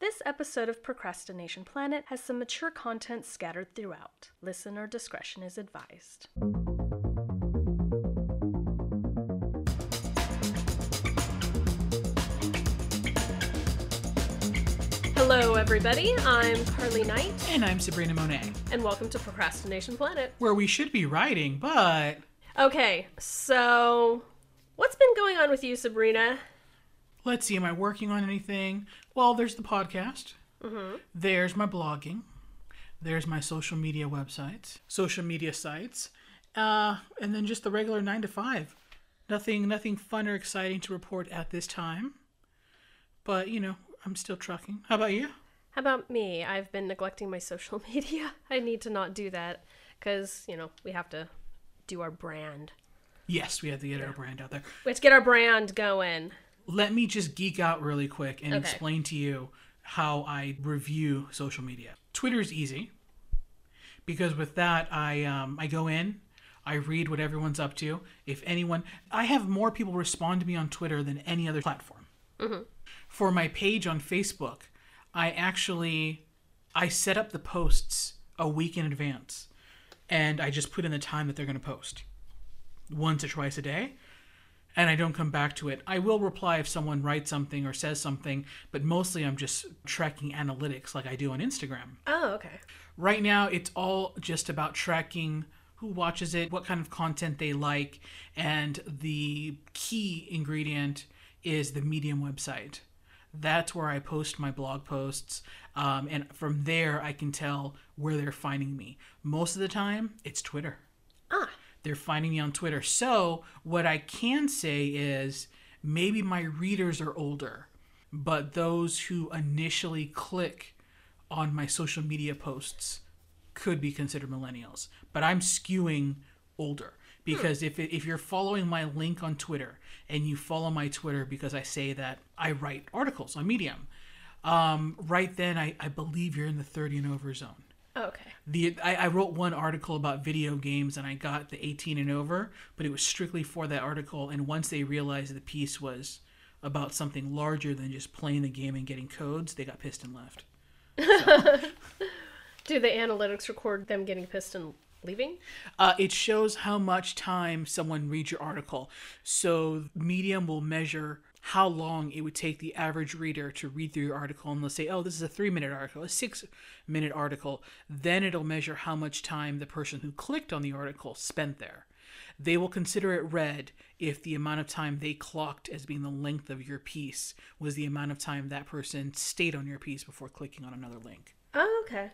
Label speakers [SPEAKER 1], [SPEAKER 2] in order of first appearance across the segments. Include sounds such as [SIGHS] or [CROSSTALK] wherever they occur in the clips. [SPEAKER 1] This episode of Procrastination Planet has some mature content scattered throughout. Listener discretion is advised. Hello, everybody. I'm Carly Knight,
[SPEAKER 2] And I'm Sabrina Monet,
[SPEAKER 1] and welcome to Procrastination Planet.
[SPEAKER 2] where we should be writing, but
[SPEAKER 1] Okay, so what's been going on with you, Sabrina?
[SPEAKER 2] let's see, am I working on anything? Well, there's the podcast, Mm-hmm. there's my blogging, there's my social media websites, social media sites, uh, and then just the regular nine to five. Nothing, nothing fun or exciting to report at this time, but you know, I'm still trucking. How about you?
[SPEAKER 1] How about me? I've been neglecting my social [LAUGHS] media. I need to not do that because, you know, we have to do our brand.
[SPEAKER 2] Yes, we have to get our brand out there.
[SPEAKER 1] We have to get our brand going.
[SPEAKER 2] Let me just geek out really quick and
[SPEAKER 1] Okay.
[SPEAKER 2] explain to you how I review social media. Twitter's easy because with that I um, I go in, I read what everyone's up to. If anyone, I have more people respond to me on Twitter than any other platform. For my page on Facebook, I actually I set up the posts a week in advance, and I just put in the time that they're going to post, once or twice a day and I don't come back to it. I will reply if someone writes something or says something, but mostly I'm just tracking analytics like I do on Instagram.
[SPEAKER 1] Oh, okay.
[SPEAKER 2] Right now, it's all just about tracking who watches it, what kind of content they like, and the key ingredient is the Medium website. That's where I post my blog posts, um, and from there, I can tell where they're finding me. Most of the time, it's Twitter
[SPEAKER 1] Ah,
[SPEAKER 2] they're finding me on Twitter. So, what I can say is maybe my readers are older, but those who initially click on my social media posts could be considered millennials. But I'm skewing older because if, it, if you're following my link on Twitter and you follow my Twitter because I say that I write articles on Medium, um, right then I, I believe you're in the 30 and over zone
[SPEAKER 1] okay.
[SPEAKER 2] the I, I wrote one article about video games and I got the 18 and over, but it was strictly for that article. And once they realized the piece was about something larger than just playing the game and getting codes, they got pissed and left.
[SPEAKER 1] Do the analytics record them getting pissed and leaving?
[SPEAKER 2] Uh, it shows how much time someone reads your article. So Medium will measure how long it would take the average reader to read through your article, and they'll say, "Oh, this is a three-minute article, a six-minute article." Then it'll measure how much time the person who clicked on the article spent there. They will consider it read if the amount of time they clocked as being the length of your piece was the amount of time that person stayed on your piece before clicking on another link
[SPEAKER 1] Oh, okay.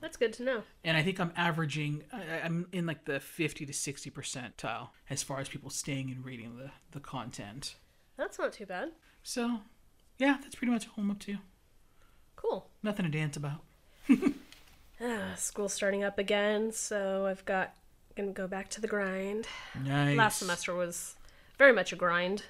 [SPEAKER 1] That's good to know.
[SPEAKER 2] and I think I'm averaging I- I'm in like the 50 to 60 percentile as far as people staying and reading the the content.
[SPEAKER 1] That's not too bad.
[SPEAKER 2] So, yeah, that's pretty much all I'm up to.
[SPEAKER 1] Cool. [SIGHS]
[SPEAKER 2] Nothing to dance about.
[SPEAKER 1] Ah, school's starting up again, so I've got gonna go back to the grind.
[SPEAKER 2] Nice.
[SPEAKER 1] Last semester was very much a grind.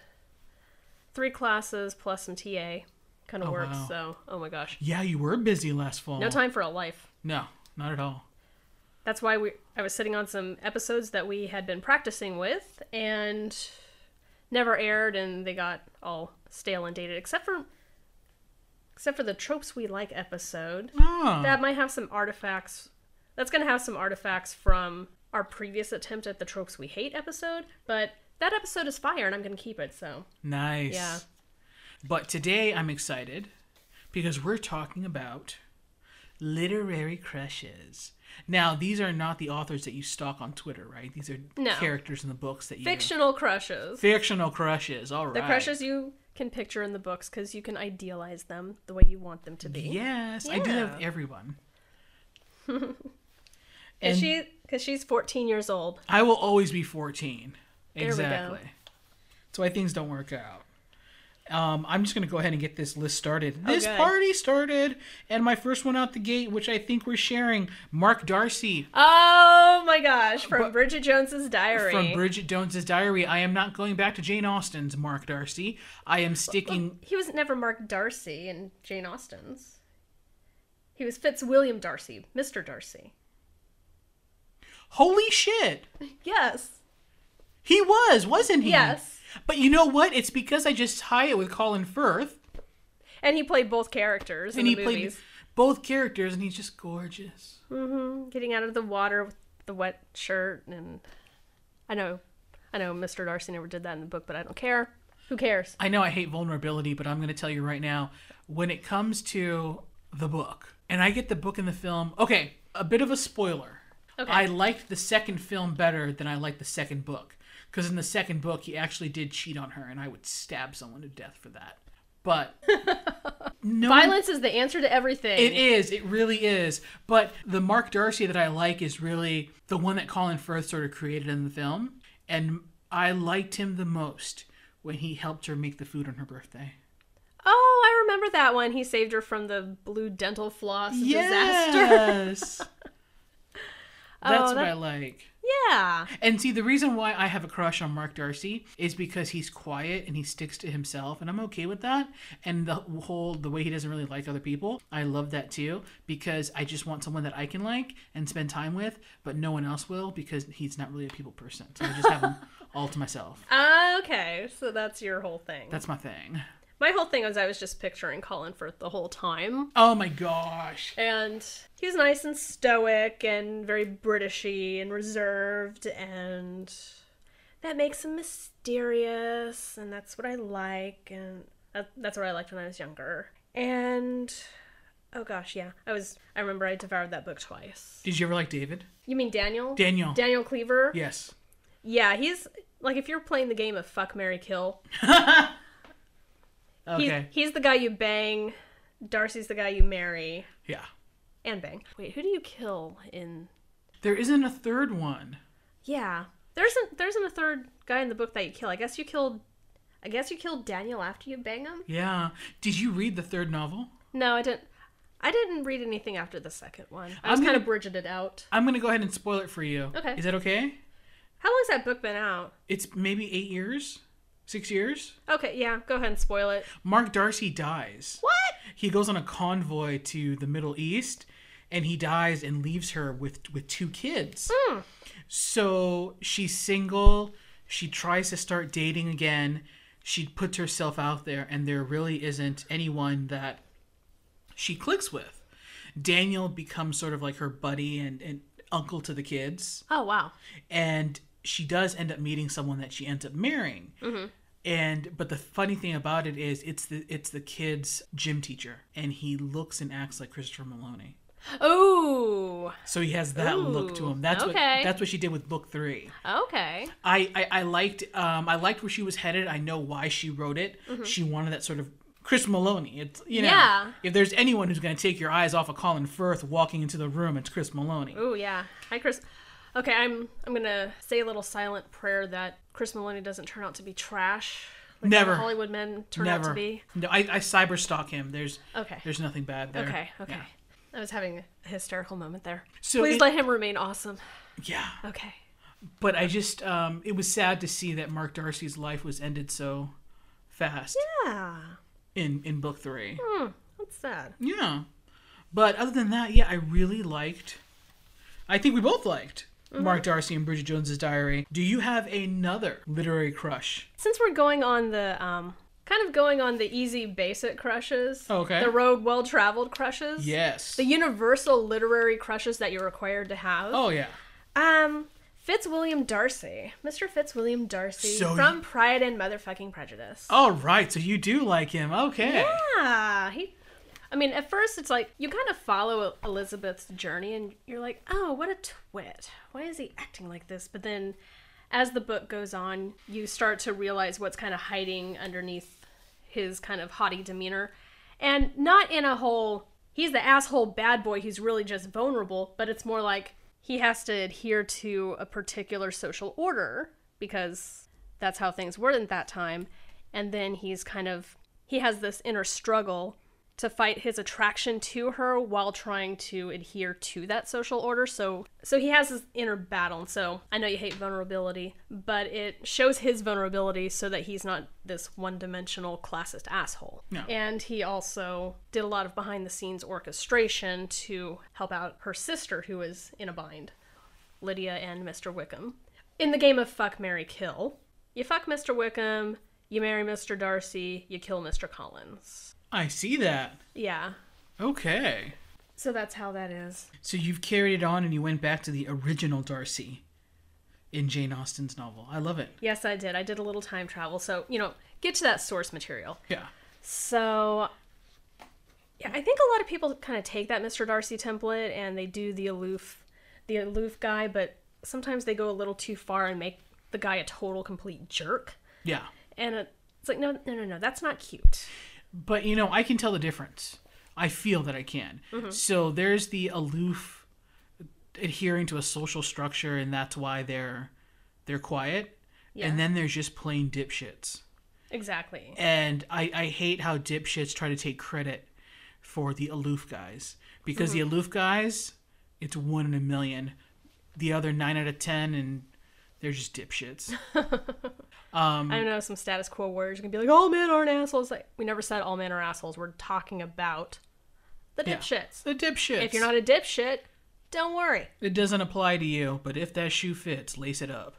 [SPEAKER 1] Three classes plus some TA kind of
[SPEAKER 2] Oh,
[SPEAKER 1] work,
[SPEAKER 2] wow.
[SPEAKER 1] so oh my gosh.
[SPEAKER 2] Yeah, you were busy last fall.
[SPEAKER 1] No time for a life.
[SPEAKER 2] No, not at all.
[SPEAKER 1] That's why we I was sitting on some episodes that we had been practicing with and never aired and they got all stale and dated except for except for the tropes we like episode.
[SPEAKER 2] Oh,
[SPEAKER 1] That might have some artifacts. That's going to have some artifacts from our previous attempt at the tropes we hate episode, but that episode is fire and I'm going to keep it, so.
[SPEAKER 2] nice.
[SPEAKER 1] Yeah.
[SPEAKER 2] But today I'm excited because we're talking about literary crushes. Now, these are not the authors that you stalk on Twitter, right? These are
[SPEAKER 1] No.
[SPEAKER 2] characters in the books that you
[SPEAKER 1] Fictional crushes.
[SPEAKER 2] Fictional crushes. All right.
[SPEAKER 1] The crushes you can picture in the books cuz you can idealize them the way you want them to be.
[SPEAKER 2] Yes, I do that with
[SPEAKER 1] Yeah.
[SPEAKER 2] everyone.
[SPEAKER 1] And,
[SPEAKER 2] And-
[SPEAKER 1] she, because she's 14 years old.
[SPEAKER 2] I will always be 14.
[SPEAKER 1] we go.
[SPEAKER 2] exactly. That's why things don't work out. Um, I'm just going to go ahead and get this list started. This
[SPEAKER 1] Oh, good.
[SPEAKER 2] party started, and my first one out the gate, which I think we're sharing, Mark Darcy
[SPEAKER 1] Oh my gosh! From
[SPEAKER 2] But-
[SPEAKER 1] Bridget Jones's Diary.
[SPEAKER 2] from Bridget Jones's Diary. I am not going back to Jane Austen's Mark Darcy. I
[SPEAKER 1] [LAUGHS]
[SPEAKER 2] am sticking.
[SPEAKER 1] he was never Mark Darcy in Jane Austen's. He was Fitzwilliam Darcy, Mr. Darcy.
[SPEAKER 2] Holy shit!
[SPEAKER 1] Yes.
[SPEAKER 2] He was, wasn't he?
[SPEAKER 1] Yes.
[SPEAKER 2] But you know what? It's because I just tie it with Colin Firth.
[SPEAKER 1] and he played both characters in
[SPEAKER 2] Mm-hmm. and he
[SPEAKER 1] the
[SPEAKER 2] played
[SPEAKER 1] movies.
[SPEAKER 2] both characters, and he's just gorgeous.
[SPEAKER 1] hmm Getting out of the water with the wet shirt, and I know, I know, Mr. Darcy never did that in the book, but I don't care. Who cares?
[SPEAKER 2] I know I hate vulnerability, but I'm going to tell you right now when it comes to the book, and I get the book and the film. Okay, a bit of a spoiler.
[SPEAKER 1] Okay.
[SPEAKER 2] I liked the second film better than I liked the second book. Because in the second book, he actually did cheat on her, and I would stab someone to death for that. But
[SPEAKER 1] [LAUGHS]
[SPEAKER 2] no,
[SPEAKER 1] Violence is the answer to everything.
[SPEAKER 2] it is. It really is. But the Mark Darcy that I like is really the one that Colin Firth sort of created in the film, and I liked him the most when he helped her make the food on her birthday.
[SPEAKER 1] oh, I remember that one. He saved her from the blue dental floss disaster. [LAUGHS] Oh,
[SPEAKER 2] Yes. That's what
[SPEAKER 1] that-
[SPEAKER 2] I like.
[SPEAKER 1] Yeah.
[SPEAKER 2] And see, the reason why I have a crush on Mark Darcy is because he's quiet and he sticks to himself, and I'm okay with that. And the whole the way he doesn't really like other people, I love that too because I just want someone that I can like and spend time with, but no one else will because he's not really a people person. So I just have [LAUGHS] him all to myself.
[SPEAKER 1] Uh, okay, so that's your whole thing.
[SPEAKER 2] That's my thing.
[SPEAKER 1] My whole thing was I was just picturing Colin Firth the whole time.
[SPEAKER 2] Oh my gosh.
[SPEAKER 1] And he was nice and stoic and very Britishy and reserved and that makes him mysterious and that's what I like and that- that's what I liked when I was younger. And oh gosh, yeah. I was I remember I devoured that book twice.
[SPEAKER 2] Did you ever like David?
[SPEAKER 1] You mean Daniel?
[SPEAKER 2] Daniel.
[SPEAKER 1] Daniel Cleaver?
[SPEAKER 2] yes.
[SPEAKER 1] Yeah, he's like if you're playing the game of fuck Mary Kill, he's,
[SPEAKER 2] Okay.
[SPEAKER 1] he's the guy you bang, Darcy's the guy you marry
[SPEAKER 2] Yeah.
[SPEAKER 1] and bang. Wait, who do you kill in
[SPEAKER 2] There isn't a third one.
[SPEAKER 1] Yeah. There isn't there isn't a third guy in the book that you kill. I guess you killed I guess you killed Daniel after you bang him?
[SPEAKER 2] Yeah. Did you read the third novel?
[SPEAKER 1] No, I didn't I didn't read anything after the second one. I
[SPEAKER 2] I'm
[SPEAKER 1] was kind
[SPEAKER 2] gonna-
[SPEAKER 1] of bridging it out.
[SPEAKER 2] I'm gonna go ahead and spoil it for you.
[SPEAKER 1] Okay.
[SPEAKER 2] Is that okay?
[SPEAKER 1] How long's that book been out?
[SPEAKER 2] It's maybe eight years, six years.
[SPEAKER 1] Okay, yeah, go ahead and spoil it.
[SPEAKER 2] Mark Darcy dies.
[SPEAKER 1] What?
[SPEAKER 2] He goes on a convoy to the Middle East, and he dies and leaves her with with two kids. So she's single. She tries to start dating again. She puts herself out there, and there really isn't anyone that she clicks with. Daniel becomes sort of like her buddy and, and uncle to the kids.
[SPEAKER 1] Oh wow.
[SPEAKER 2] and she does end up meeting someone that she ends up marrying.
[SPEAKER 1] Mm-hmm.
[SPEAKER 2] And but the funny thing about it is, it's the it's the kid's gym teacher, and he looks and acts like Christopher Maloney.
[SPEAKER 1] Oh
[SPEAKER 2] So he has that look to
[SPEAKER 1] Ooh,
[SPEAKER 2] him. That's
[SPEAKER 1] okay.
[SPEAKER 2] what that's what she did with book three.
[SPEAKER 1] okay.
[SPEAKER 2] I I, I liked um I liked where she was headed. I know why she wrote it. She wanted that sort of. Chris Maloney, it's you know,
[SPEAKER 1] Mm-hmm. Yeah.
[SPEAKER 2] if there's anyone who's going to take your eyes off of Colin Firth walking into the room, it's Chris Maloney.
[SPEAKER 1] Oh yeah. Hi Chris. Okay, I'm I'm gonna say a little silent prayer that Chris Maloney doesn't turn out to be trash. Like
[SPEAKER 2] Never.
[SPEAKER 1] the Hollywood men turn out
[SPEAKER 2] Never,
[SPEAKER 1] to be.
[SPEAKER 2] no, I, I cyber stalk him. There's
[SPEAKER 1] Okay.
[SPEAKER 2] There's nothing bad there.
[SPEAKER 1] Okay, okay.
[SPEAKER 2] Yeah.
[SPEAKER 1] I was having a hysterical moment there.
[SPEAKER 2] So
[SPEAKER 1] Please
[SPEAKER 2] it-
[SPEAKER 1] let him remain awesome.
[SPEAKER 2] Yeah.
[SPEAKER 1] Okay.
[SPEAKER 2] But I just, um, it was sad to see that Mark Darcy's life was ended so fast
[SPEAKER 1] Yeah.
[SPEAKER 2] in, in book three.
[SPEAKER 1] That's sad.
[SPEAKER 2] Yeah. But other than that, yeah, I really liked, I think we both liked
[SPEAKER 1] Mm-hmm.
[SPEAKER 2] Mark Darcy and Bridget Jones's Diary. Do you have another literary crush?
[SPEAKER 1] Since we're going on the um kind of going on the easy basic crushes.
[SPEAKER 2] Okay.
[SPEAKER 1] The road well traveled crushes.
[SPEAKER 2] Yes.
[SPEAKER 1] The universal literary crushes that you're required to have.
[SPEAKER 2] oh, yeah.
[SPEAKER 1] Um Fitzwilliam Darcy. Mr. Fitzwilliam Darcy
[SPEAKER 2] So
[SPEAKER 1] from
[SPEAKER 2] you-
[SPEAKER 1] Pride and Motherfucking Prejudice.
[SPEAKER 2] All right. So you do like him. Okay.
[SPEAKER 1] Yeah, he. I mean, at first it's like you kind of follow E-, Elizabeth's journey, and you're like, "Oh, what a twit! Why is he acting like this?" But then, as the book goes on, you start to realize what's kind of hiding underneath his kind of haughty demeanor, and not in a whole he's the asshole bad boy who's really just vulnerable, but it's more like he has to adhere to a particular social order because that's how things were at that time and then he's kind of he has this inner struggle to fight his attraction to her while trying to adhere to that social order so so he has this inner battle and so i know you hate vulnerability but it shows his vulnerability so that he's not this one-dimensional classist asshole
[SPEAKER 2] No.
[SPEAKER 1] and he also did a lot of behind the scenes orchestration to help out her sister who was in a bind Lydia and Mr. Wickham. In the game of fuck, Mary kill, you fuck Mr. Wickham, you marry Mr. Darcy, you kill Mr. Collins.
[SPEAKER 2] I see that.
[SPEAKER 1] Yeah.
[SPEAKER 2] Okay.
[SPEAKER 1] So that's how that is.
[SPEAKER 2] So you've carried it on and you went back to the original Darcy in Jane Austen's novel. I love it.
[SPEAKER 1] Yes, I did. I did a little time travel. So, you know, get to that source material.
[SPEAKER 2] Yeah.
[SPEAKER 1] So, yeah, I think a lot of people kind of take that Mr. Darcy template and they do the aloof, the aloof guy, but sometimes they go a little too far and make the guy a total complete jerk.
[SPEAKER 2] Yeah.
[SPEAKER 1] And it- it's like, no, no, no, no, that's not cute.
[SPEAKER 2] But you know, I can tell the difference. I feel that I can. So there's the aloof adhering to a social structure and that's why they're they're quiet.
[SPEAKER 1] Yeah.
[SPEAKER 2] And then there's just plain dipshits.
[SPEAKER 1] Exactly.
[SPEAKER 2] And I, I hate how dipshits try to take credit for the aloof guys. Because
[SPEAKER 1] Hmm.
[SPEAKER 2] the aloof guys, it's one in a million. The other nine out of ten and they're
[SPEAKER 1] [LAUGHS]
[SPEAKER 2] just dipshits. Mm.
[SPEAKER 1] I know some status quo warriors are gonna be like, all men aren't assholes. Like, we never said all men are assholes. We're talking about the
[SPEAKER 2] Yeah.
[SPEAKER 1] dipshits.
[SPEAKER 2] The dipshits.
[SPEAKER 1] If you're not a dipshit, don't worry.
[SPEAKER 2] it doesn't apply to you, but if that shoe fits, lace it up.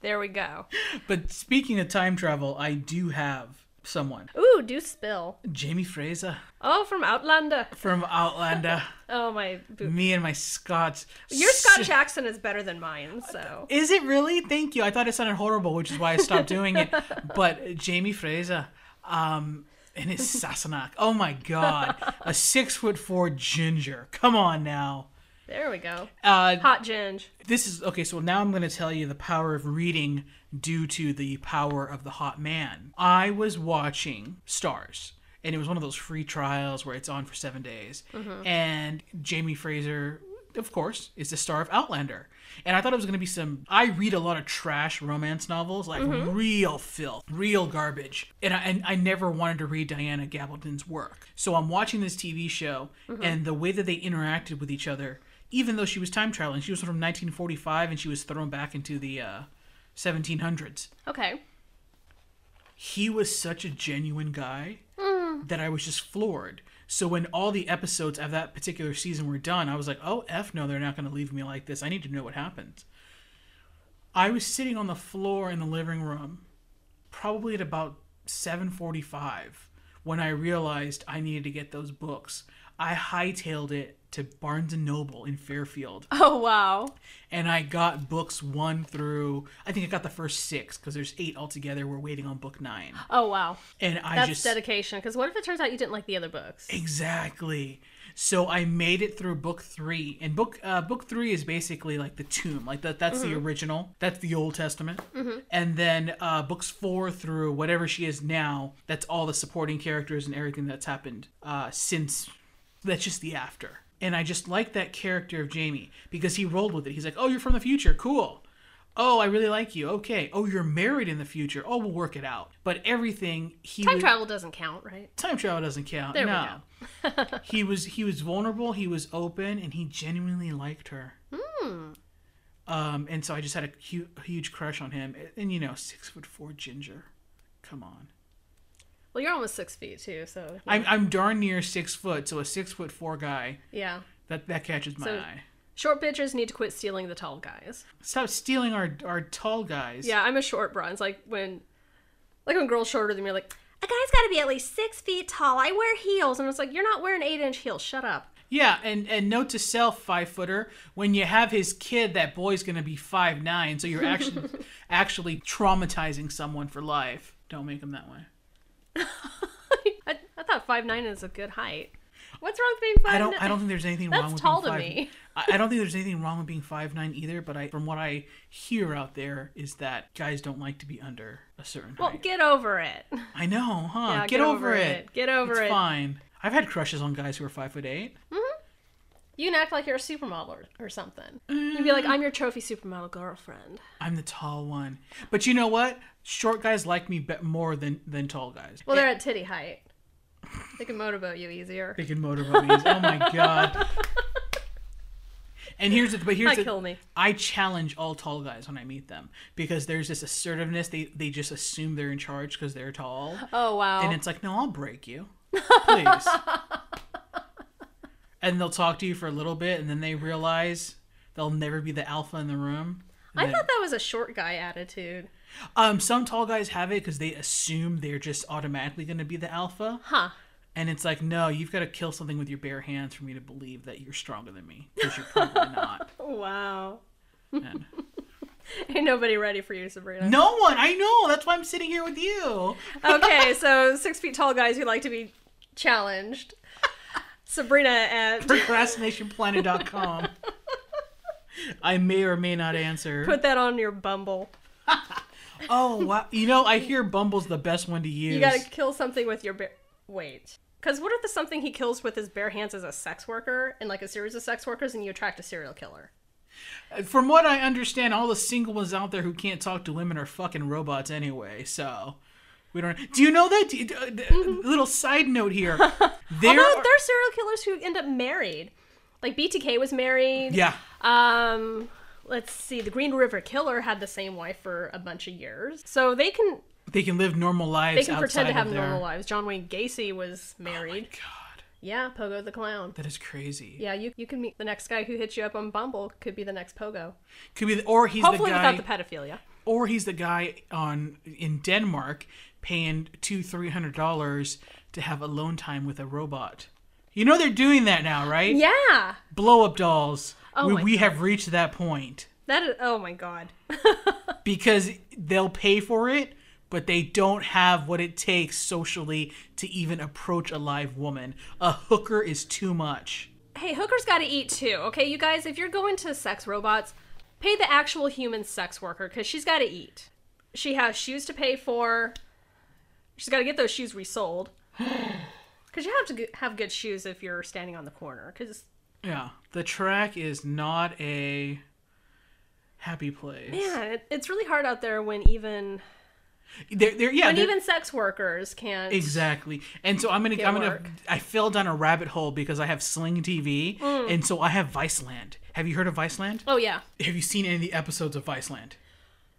[SPEAKER 1] There we go.
[SPEAKER 2] But speaking of time travel, I do have someone.
[SPEAKER 1] Ooh, do spill.
[SPEAKER 2] Jamie Fraser
[SPEAKER 1] Oh, from Outlander.
[SPEAKER 2] from Outlander.
[SPEAKER 1] Oh my. [LAUGHS] Boo-
[SPEAKER 2] Me and my Scots.
[SPEAKER 1] Your Scotch accent is better than mine, so
[SPEAKER 2] Is it really? Thank you. I thought it sounded horrible, which is why I stopped doing it. But Jamie Fraser, um, and his Sassenach. Oh my God. A six foot four ginger. Come on now.
[SPEAKER 1] there we go.
[SPEAKER 2] Uh,
[SPEAKER 1] Hot Ginge.
[SPEAKER 2] this is okay so now i'm going to tell you the power of reading due to the power of the hot man i was watching stars and it was one of those free trials where it's on for seven days and jamie fraser of course is the star of outlander and i thought it was going to be some i read a lot of trash romance novels like real filth real garbage and I, and I never wanted to read diana gabaldon's work so i'm watching this tv show and the way that they interacted with each other even though she was time traveling, she was from 1945 and she was thrown back into the uh, 1700s.
[SPEAKER 1] Okay.
[SPEAKER 2] He was such a genuine guy that I was just floored. So when all the episodes of that particular season were done, I was like, "Oh f no, they're not going to leave me like this. I need to know what happened." I was sitting on the floor in the living room, probably at about 7:45, when I realized I needed to get those books. I hightailed it to Barnes and Noble in Fairfield
[SPEAKER 1] Oh wow.
[SPEAKER 2] and I got books one through. I think I got the first six because there's eight altogether. We're waiting on book nine,
[SPEAKER 1] Oh wow.
[SPEAKER 2] and I
[SPEAKER 1] That's
[SPEAKER 2] just
[SPEAKER 1] dedication. Because what if it turns out you didn't like the other books?
[SPEAKER 2] exactly. So I made it through book three, and book uh, book three is basically like the tomb, like that. That's the original. That's the Old Testament, and then uh, books four through whatever she is now. That's all the supporting characters and everything that's happened uh, since that's just the after. And I just like that character of Jamie because he rolled with it. He's like, "Oh, you're from the future. Cool. Oh, I really like you. Okay. Oh, you're married in the future. Oh, we'll work it out." But everything he
[SPEAKER 1] Time
[SPEAKER 2] was-
[SPEAKER 1] travel doesn't count, right?
[SPEAKER 2] time travel doesn't count.
[SPEAKER 1] There we
[SPEAKER 2] no.
[SPEAKER 1] [LAUGHS]
[SPEAKER 2] he was he was vulnerable, he was open, and he genuinely liked her.
[SPEAKER 1] Hmm.
[SPEAKER 2] Um, and so I just had a hu- huge crush on him. And, you know, six foot four ginger. Come on.
[SPEAKER 1] Well, you're almost six feet too, so
[SPEAKER 2] I'm I'm darn near six foot, so a six foot four guy
[SPEAKER 1] yeah.
[SPEAKER 2] that that catches my
[SPEAKER 1] So-
[SPEAKER 2] eye.
[SPEAKER 1] Short bitches need to quit stealing the tall guys.
[SPEAKER 2] Stop stealing our our tall guys.
[SPEAKER 1] Yeah, I'm a short bronze. Like when, like when girls shorter than me are like, a guy's got to be at least six feet tall. I wear heels, and it's like you're not wearing eight inch heels. Shut up. [LAUGHS]
[SPEAKER 2] Yeah, and and note to self, five footer. When you have his kid, that boy's gonna be five nine. So
[SPEAKER 1] [LAUGHS]
[SPEAKER 2] you're actually actually traumatizing someone for life. Don't make him that way.
[SPEAKER 1] I, I thought five nine is a good height. What's wrong with being five?
[SPEAKER 2] I don't. I don't think there's anything wrong
[SPEAKER 1] That's
[SPEAKER 2] with
[SPEAKER 1] tall to
[SPEAKER 2] being five.
[SPEAKER 1] me.
[SPEAKER 2] I, I don't think there's anything wrong with being five nine either. But I, from what I hear out there, is that guys don't like to be under a certain
[SPEAKER 1] Well,
[SPEAKER 2] height.
[SPEAKER 1] get over it. [LAUGHS]
[SPEAKER 2] I know, huh?
[SPEAKER 1] Yeah,
[SPEAKER 2] get, over, it.
[SPEAKER 1] Get over
[SPEAKER 2] it's
[SPEAKER 1] it.
[SPEAKER 2] fine. I've had crushes on guys who are five foot eight.
[SPEAKER 1] You can act like you're a supermodel or, or something. You'd be
[SPEAKER 2] Mm.
[SPEAKER 1] like, I'm your trophy supermodel girlfriend.
[SPEAKER 2] I'm the tall one. But you know what? Short guys like me be- more than than tall guys.
[SPEAKER 1] Well, they're at titty height. They can motorboat you easier.
[SPEAKER 2] They can motorboat me. Oh my
[SPEAKER 1] [LAUGHS]
[SPEAKER 2] god. And here's the but here's
[SPEAKER 1] Might
[SPEAKER 2] the,
[SPEAKER 1] kill me.
[SPEAKER 2] I challenge all tall guys when I meet them because there's this assertiveness they they just assume they're in charge because they're tall
[SPEAKER 1] Oh wow.
[SPEAKER 2] and it's like no I'll break you please and they'll talk to you for a little bit and then they realize they'll never be the alpha in the room
[SPEAKER 1] I
[SPEAKER 2] and then-
[SPEAKER 1] thought that was a short guy attitude.
[SPEAKER 2] Um, some tall guys have it because they assume they're just automatically going to be the alpha,
[SPEAKER 1] Huh.
[SPEAKER 2] and it's like, no, you've got to kill something with your bare hands for me to believe that you're stronger than me because you're probably not.
[SPEAKER 1] Wow.
[SPEAKER 2] man.
[SPEAKER 1] [LAUGHS] Ain't nobody ready for you, Sabrina.
[SPEAKER 2] No one, I know. That's why I'm sitting here with you.
[SPEAKER 1] okay, so six feet tall guys who like to be challenged. Sabrina uh, at
[SPEAKER 2] Procrastinationplanet.com. I may or may not answer.
[SPEAKER 1] put that on your Bumble.
[SPEAKER 2] oh wow! You know, I hear Bumble's the best one to use.
[SPEAKER 1] You gotta kill something with your bare. Wait. Because what if the something he kills with his bare hands is a sex worker and like a series of sex workers and you attract a serial killer?
[SPEAKER 2] From what I understand, all the single ones out there who can't talk to women are fucking robots anyway. So we don't. Do you know that? Do you- d- d- Little side note here. There
[SPEAKER 1] Mm-hmm. [LAUGHS] Although
[SPEAKER 2] are-
[SPEAKER 1] there are serial killers who end up married. Like BTK was married.
[SPEAKER 2] yeah.
[SPEAKER 1] Um, let's see. The Green River Killer had the same wife for a bunch of years, so they can
[SPEAKER 2] They can live normal lives.
[SPEAKER 1] they can pretend to
[SPEAKER 2] outside
[SPEAKER 1] have
[SPEAKER 2] of Oh their-
[SPEAKER 1] normal lives. John Wayne Gacy was married.
[SPEAKER 2] God,
[SPEAKER 1] yeah, Pogo the Clown.
[SPEAKER 2] that is crazy.
[SPEAKER 1] Yeah, you you can meet the next guy who hits you up on Bumble could be the next Pogo.
[SPEAKER 2] Could be, the, or he's
[SPEAKER 1] Hopefully
[SPEAKER 2] the guy,
[SPEAKER 1] without the pedophilia.
[SPEAKER 2] or he's the guy on in Denmark paying two, three hundred dollars to have alone time with a robot. You know they're doing that now, right?
[SPEAKER 1] Yeah,
[SPEAKER 2] Blow up dolls.
[SPEAKER 1] Oh
[SPEAKER 2] we
[SPEAKER 1] my
[SPEAKER 2] we have reached that point.
[SPEAKER 1] that is. Oh my god.
[SPEAKER 2] because they'll pay for it but they don't have what it takes socially to even approach a live woman a hooker is too much
[SPEAKER 1] hey, hookers got to eat too. Okay, you guys, if you're going to sex robots, pay the actual human sex worker because she's got to eat. She has shoes to pay for. She's got to get those shoes [GASPS] resold. Because you have to g- have good shoes if you're standing on the corner. Because
[SPEAKER 2] yeah the track is not a happy place
[SPEAKER 1] yeah, it, it's really hard out there when even
[SPEAKER 2] they're, they're- yeah
[SPEAKER 1] when
[SPEAKER 2] they're-
[SPEAKER 1] even sex workers can't.
[SPEAKER 2] exactly and so i'm gonna i'm gonna
[SPEAKER 1] work.
[SPEAKER 2] i fell down a rabbit hole because i have sling tv and so i have viceland have you heard of viceland
[SPEAKER 1] oh yeah,
[SPEAKER 2] have you seen any of the episodes of viceland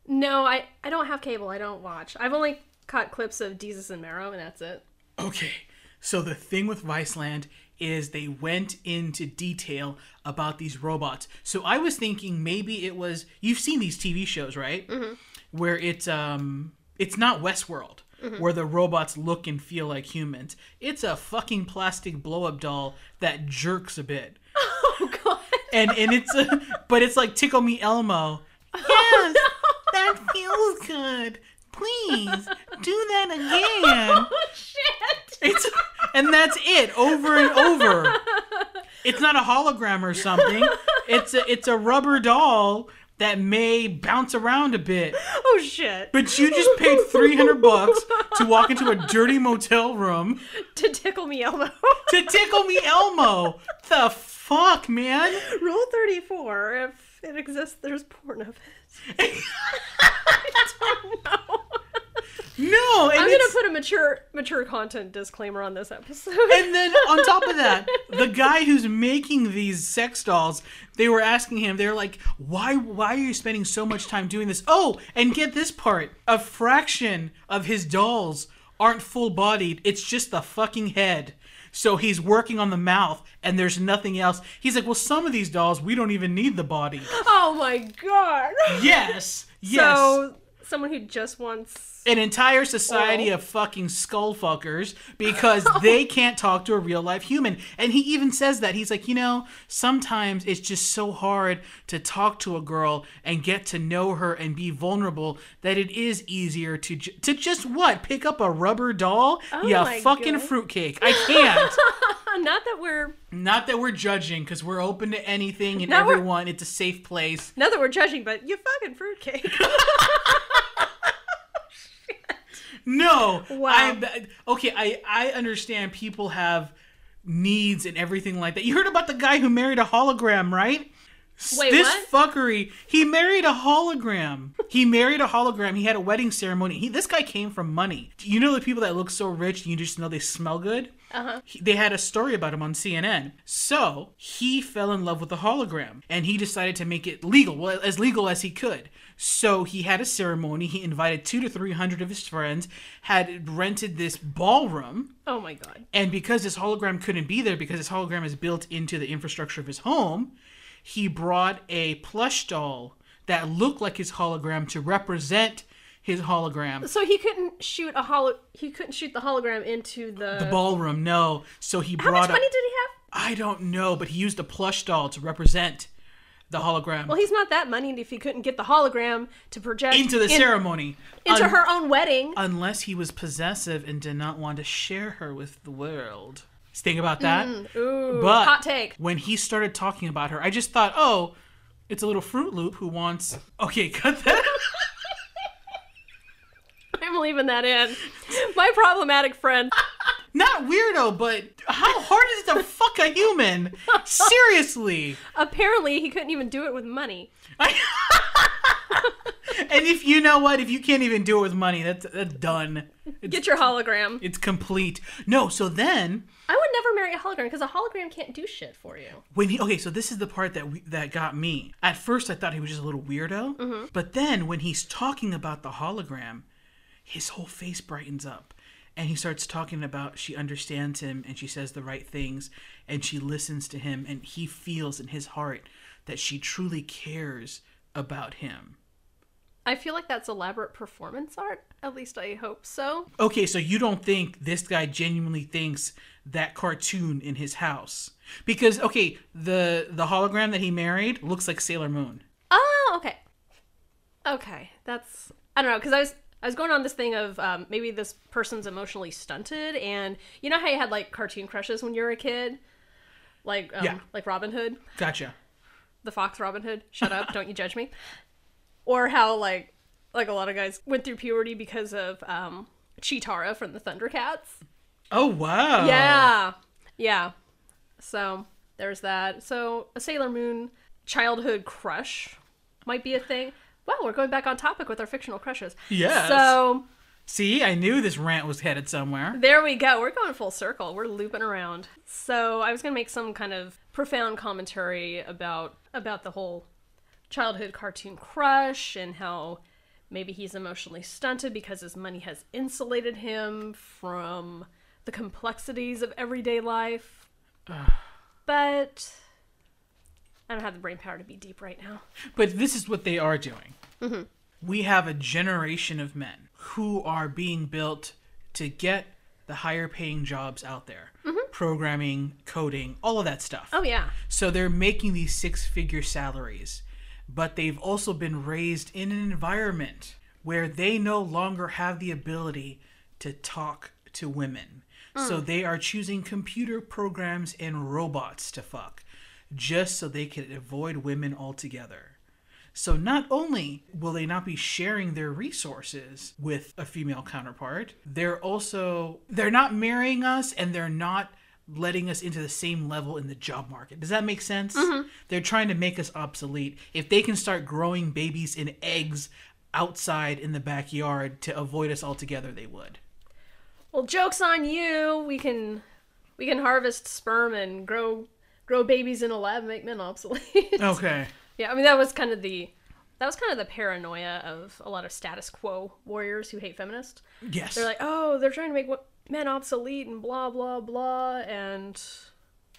[SPEAKER 1] no, I I don't have cable. I don't watch. I've only caught clips of Jesus and Marrow, and that's it. [LAUGHS]
[SPEAKER 2] Okay, so the thing with Viceland is they went into detail about these robots. So I was thinking maybe it was you've seen these TV shows, right? Mm-hmm. Where it's um it's not Westworld where the robots look and feel like humans. It's a fucking plastic blow up doll that jerks a bit.
[SPEAKER 1] Oh god.
[SPEAKER 2] And and it's [LAUGHS] a, but it's like tickle me Elmo.
[SPEAKER 1] Oh,
[SPEAKER 2] Yes, that feels good. Please do that again.
[SPEAKER 1] Oh shit.
[SPEAKER 2] It's and that's it over and over. It's not a hologram or something. It's a it's a rubber doll that may bounce around a bit.
[SPEAKER 1] Oh shit.
[SPEAKER 2] But you just paid 300 bucks to walk into a dirty motel room
[SPEAKER 1] [LAUGHS] to tickle me elmo
[SPEAKER 2] to tickle me Elmo. The fuck, man?
[SPEAKER 1] [LAUGHS] rule 34 if it exists there's porn of [LAUGHS] it i don't know
[SPEAKER 2] No, and
[SPEAKER 1] i'm gonna
[SPEAKER 2] it's-
[SPEAKER 1] put a mature mature content disclaimer on this episode
[SPEAKER 2] and then on top of that, the guy who's making these sex dolls, they were asking him, they're like, why why are you spending so much time doing this? Oh, and get this part. A fraction of his dolls aren't full bodied, it's just the fucking head. So he's working on the mouth and there's nothing else. He's like, Well, some of these dolls we don't even need the body.
[SPEAKER 1] [LAUGHS] oh my god
[SPEAKER 2] Yes. Yes.
[SPEAKER 1] so someone who just wants
[SPEAKER 2] an entire society
[SPEAKER 1] Oral.
[SPEAKER 2] of fucking skull fuckers because
[SPEAKER 1] [LAUGHS]
[SPEAKER 2] they can't talk to a real life human. And he even says that. He's like, you know, sometimes it's just so hard to talk to a girl and get to know her and be vulnerable that it is easier to ju- to just what? Pick up a rubber doll?
[SPEAKER 1] Oh
[SPEAKER 2] yeah,
[SPEAKER 1] my
[SPEAKER 2] fucking
[SPEAKER 1] God.
[SPEAKER 2] fruitcake. I can't.
[SPEAKER 1] [LAUGHS] Uh, not that we're
[SPEAKER 2] Not that we're judging because we're open to anything and
[SPEAKER 1] Now we're-
[SPEAKER 2] everyone. It's a safe place.
[SPEAKER 1] not that we're judging but you fucking fruitcake [LAUGHS]
[SPEAKER 2] No.
[SPEAKER 1] Wow.
[SPEAKER 2] I, okay, I, I understand people have needs and everything like that. You heard about the guy who married a hologram, right? S-
[SPEAKER 1] Wait,
[SPEAKER 2] this
[SPEAKER 1] what?
[SPEAKER 2] fuckery. He married a hologram. He married a hologram. He had a wedding ceremony. He, this guy came from money. You know the people that look so rich, you just know they smell good? Uh-huh. they had a story about him on CNN. So he fell in love with a hologram and he decided to make it legal, well, as legal as he could. So he had a ceremony. He invited two to 300 of his friends, had rented this ballroom.
[SPEAKER 1] oh my god
[SPEAKER 2] And because his hologram couldn't be there, because his hologram is built into the infrastructure of his home, he brought a plush doll that looked like his hologram to represent his hologram.
[SPEAKER 1] So he couldn't shoot a holo. He couldn't shoot the hologram into the.
[SPEAKER 2] The ballroom, no. So he
[SPEAKER 1] How much
[SPEAKER 2] brought up.
[SPEAKER 1] money did he have?
[SPEAKER 2] I don't know, but he used a plush doll to represent the hologram
[SPEAKER 1] Well, he's not that money if he couldn't get the hologram to project
[SPEAKER 2] into the
[SPEAKER 1] in-
[SPEAKER 2] ceremony.
[SPEAKER 1] into
[SPEAKER 2] Un-
[SPEAKER 1] her own wedding.
[SPEAKER 2] Unless he was possessive and did not want to share her with the world. Think about that.
[SPEAKER 1] Mm. Ooh,
[SPEAKER 2] Uh, But
[SPEAKER 1] hot take.
[SPEAKER 2] When he started talking about her, I just thought, oh, it's a little Fruit Loop who wants. Okay, [LAUGHS] cut that.
[SPEAKER 1] I'm leaving that in. [LAUGHS] My problematic friend.
[SPEAKER 2] Not weirdo, but how hard is it to fuck a human? Seriously. [LAUGHS]
[SPEAKER 1] Apparently, he couldn't even do it with money.
[SPEAKER 2] And if you know what, if you can't even do it with money, that's that's done.
[SPEAKER 1] Get your hologram.
[SPEAKER 2] It's complete. No, so then
[SPEAKER 1] I would never marry a hologram because a hologram can't do shit for you.
[SPEAKER 2] when he okay, so this is the part that we, that got me. At first, I thought he was just a little weirdo, but then when he's talking about the hologram, his whole face brightens up, and he starts talking about she understands him and she says the right things and she listens to him and he feels in his heart that she truly cares about him.
[SPEAKER 1] I feel like that's elaborate performance art. At least I hope so.
[SPEAKER 2] Okay, so you don't think this guy genuinely thinks that cartoon in his house because okay, the the hologram that he married looks like Sailor Moon.
[SPEAKER 1] Oh, okay. Okay, that's I don't know because I was I was going on this thing of um, maybe this person's emotionally stunted, and you know how you had like cartoon crushes when you were a kid, like um,
[SPEAKER 2] Yeah.
[SPEAKER 1] like Robin Hood,
[SPEAKER 2] Gotcha.
[SPEAKER 1] the Fox Robin Hood. Shut up! don't you judge me. Or how like like a lot of guys went through puberty because of um, Chitara from the Thundercats.
[SPEAKER 2] Oh wow.
[SPEAKER 1] Yeah. Yeah. So there's that. So a Sailor Moon childhood crush might be a thing. Wow, we're going back on topic with our fictional crushes.
[SPEAKER 2] Yes.
[SPEAKER 1] So
[SPEAKER 2] See, I knew this rant was headed somewhere.
[SPEAKER 1] there we go. We're going full circle. We're looping around. So I was gonna make some kind of profound commentary about about the whole childhood cartoon crush and how maybe he's emotionally stunted because his money has insulated him from the complexities of everyday life. but I don't have the brain power to be deep right now.
[SPEAKER 2] But this is what they are doing.
[SPEAKER 1] Mm-hmm.
[SPEAKER 2] We have a generation of men who are being built to get the higher paying jobs out there programming, coding, all of that stuff.
[SPEAKER 1] Mm-hmm. Oh yeah.
[SPEAKER 2] So they're making these six figure salaries, but they've also been raised in an environment where they no longer have the ability to talk to women. So they are choosing computer programs and robots to fuck just so they can avoid women altogether. So not only will they not be sharing their resources with a female counterpart, they're also they're not marrying us and they're not letting us into the same level in the job market. Does that make sense? They're trying to make us obsolete. If they can start growing babies in eggs outside in the backyard to avoid us altogether, they would.
[SPEAKER 1] Well, jokes on you. We can we can harvest sperm and grow grow babies in a lab, make men obsolete.
[SPEAKER 2] Okay.
[SPEAKER 1] [LAUGHS] Yeah, I mean that was kind of the that was kind of the paranoia of a lot of status quo warriors who hate feminists.
[SPEAKER 2] Yes.
[SPEAKER 1] They're like, "Oh, they're trying to make wo- men obsolete and blah blah blah." And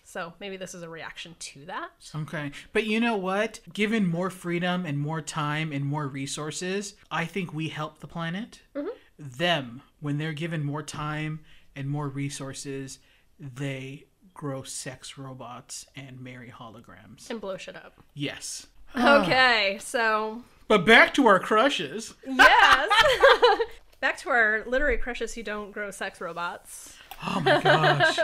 [SPEAKER 1] so maybe this is a reaction to that.
[SPEAKER 2] Okay. But you know what? Given more freedom and more time and more resources, I think we help the planet. Them, when they're given more time and more resources, they grow sex robots and marry holograms.
[SPEAKER 1] And blow shit up.
[SPEAKER 2] Yes.
[SPEAKER 1] Okay, so
[SPEAKER 2] But back to our crushes.
[SPEAKER 1] yes. [LAUGHS] Back to our literary crushes who don't grow sex robots.
[SPEAKER 2] Oh my gosh.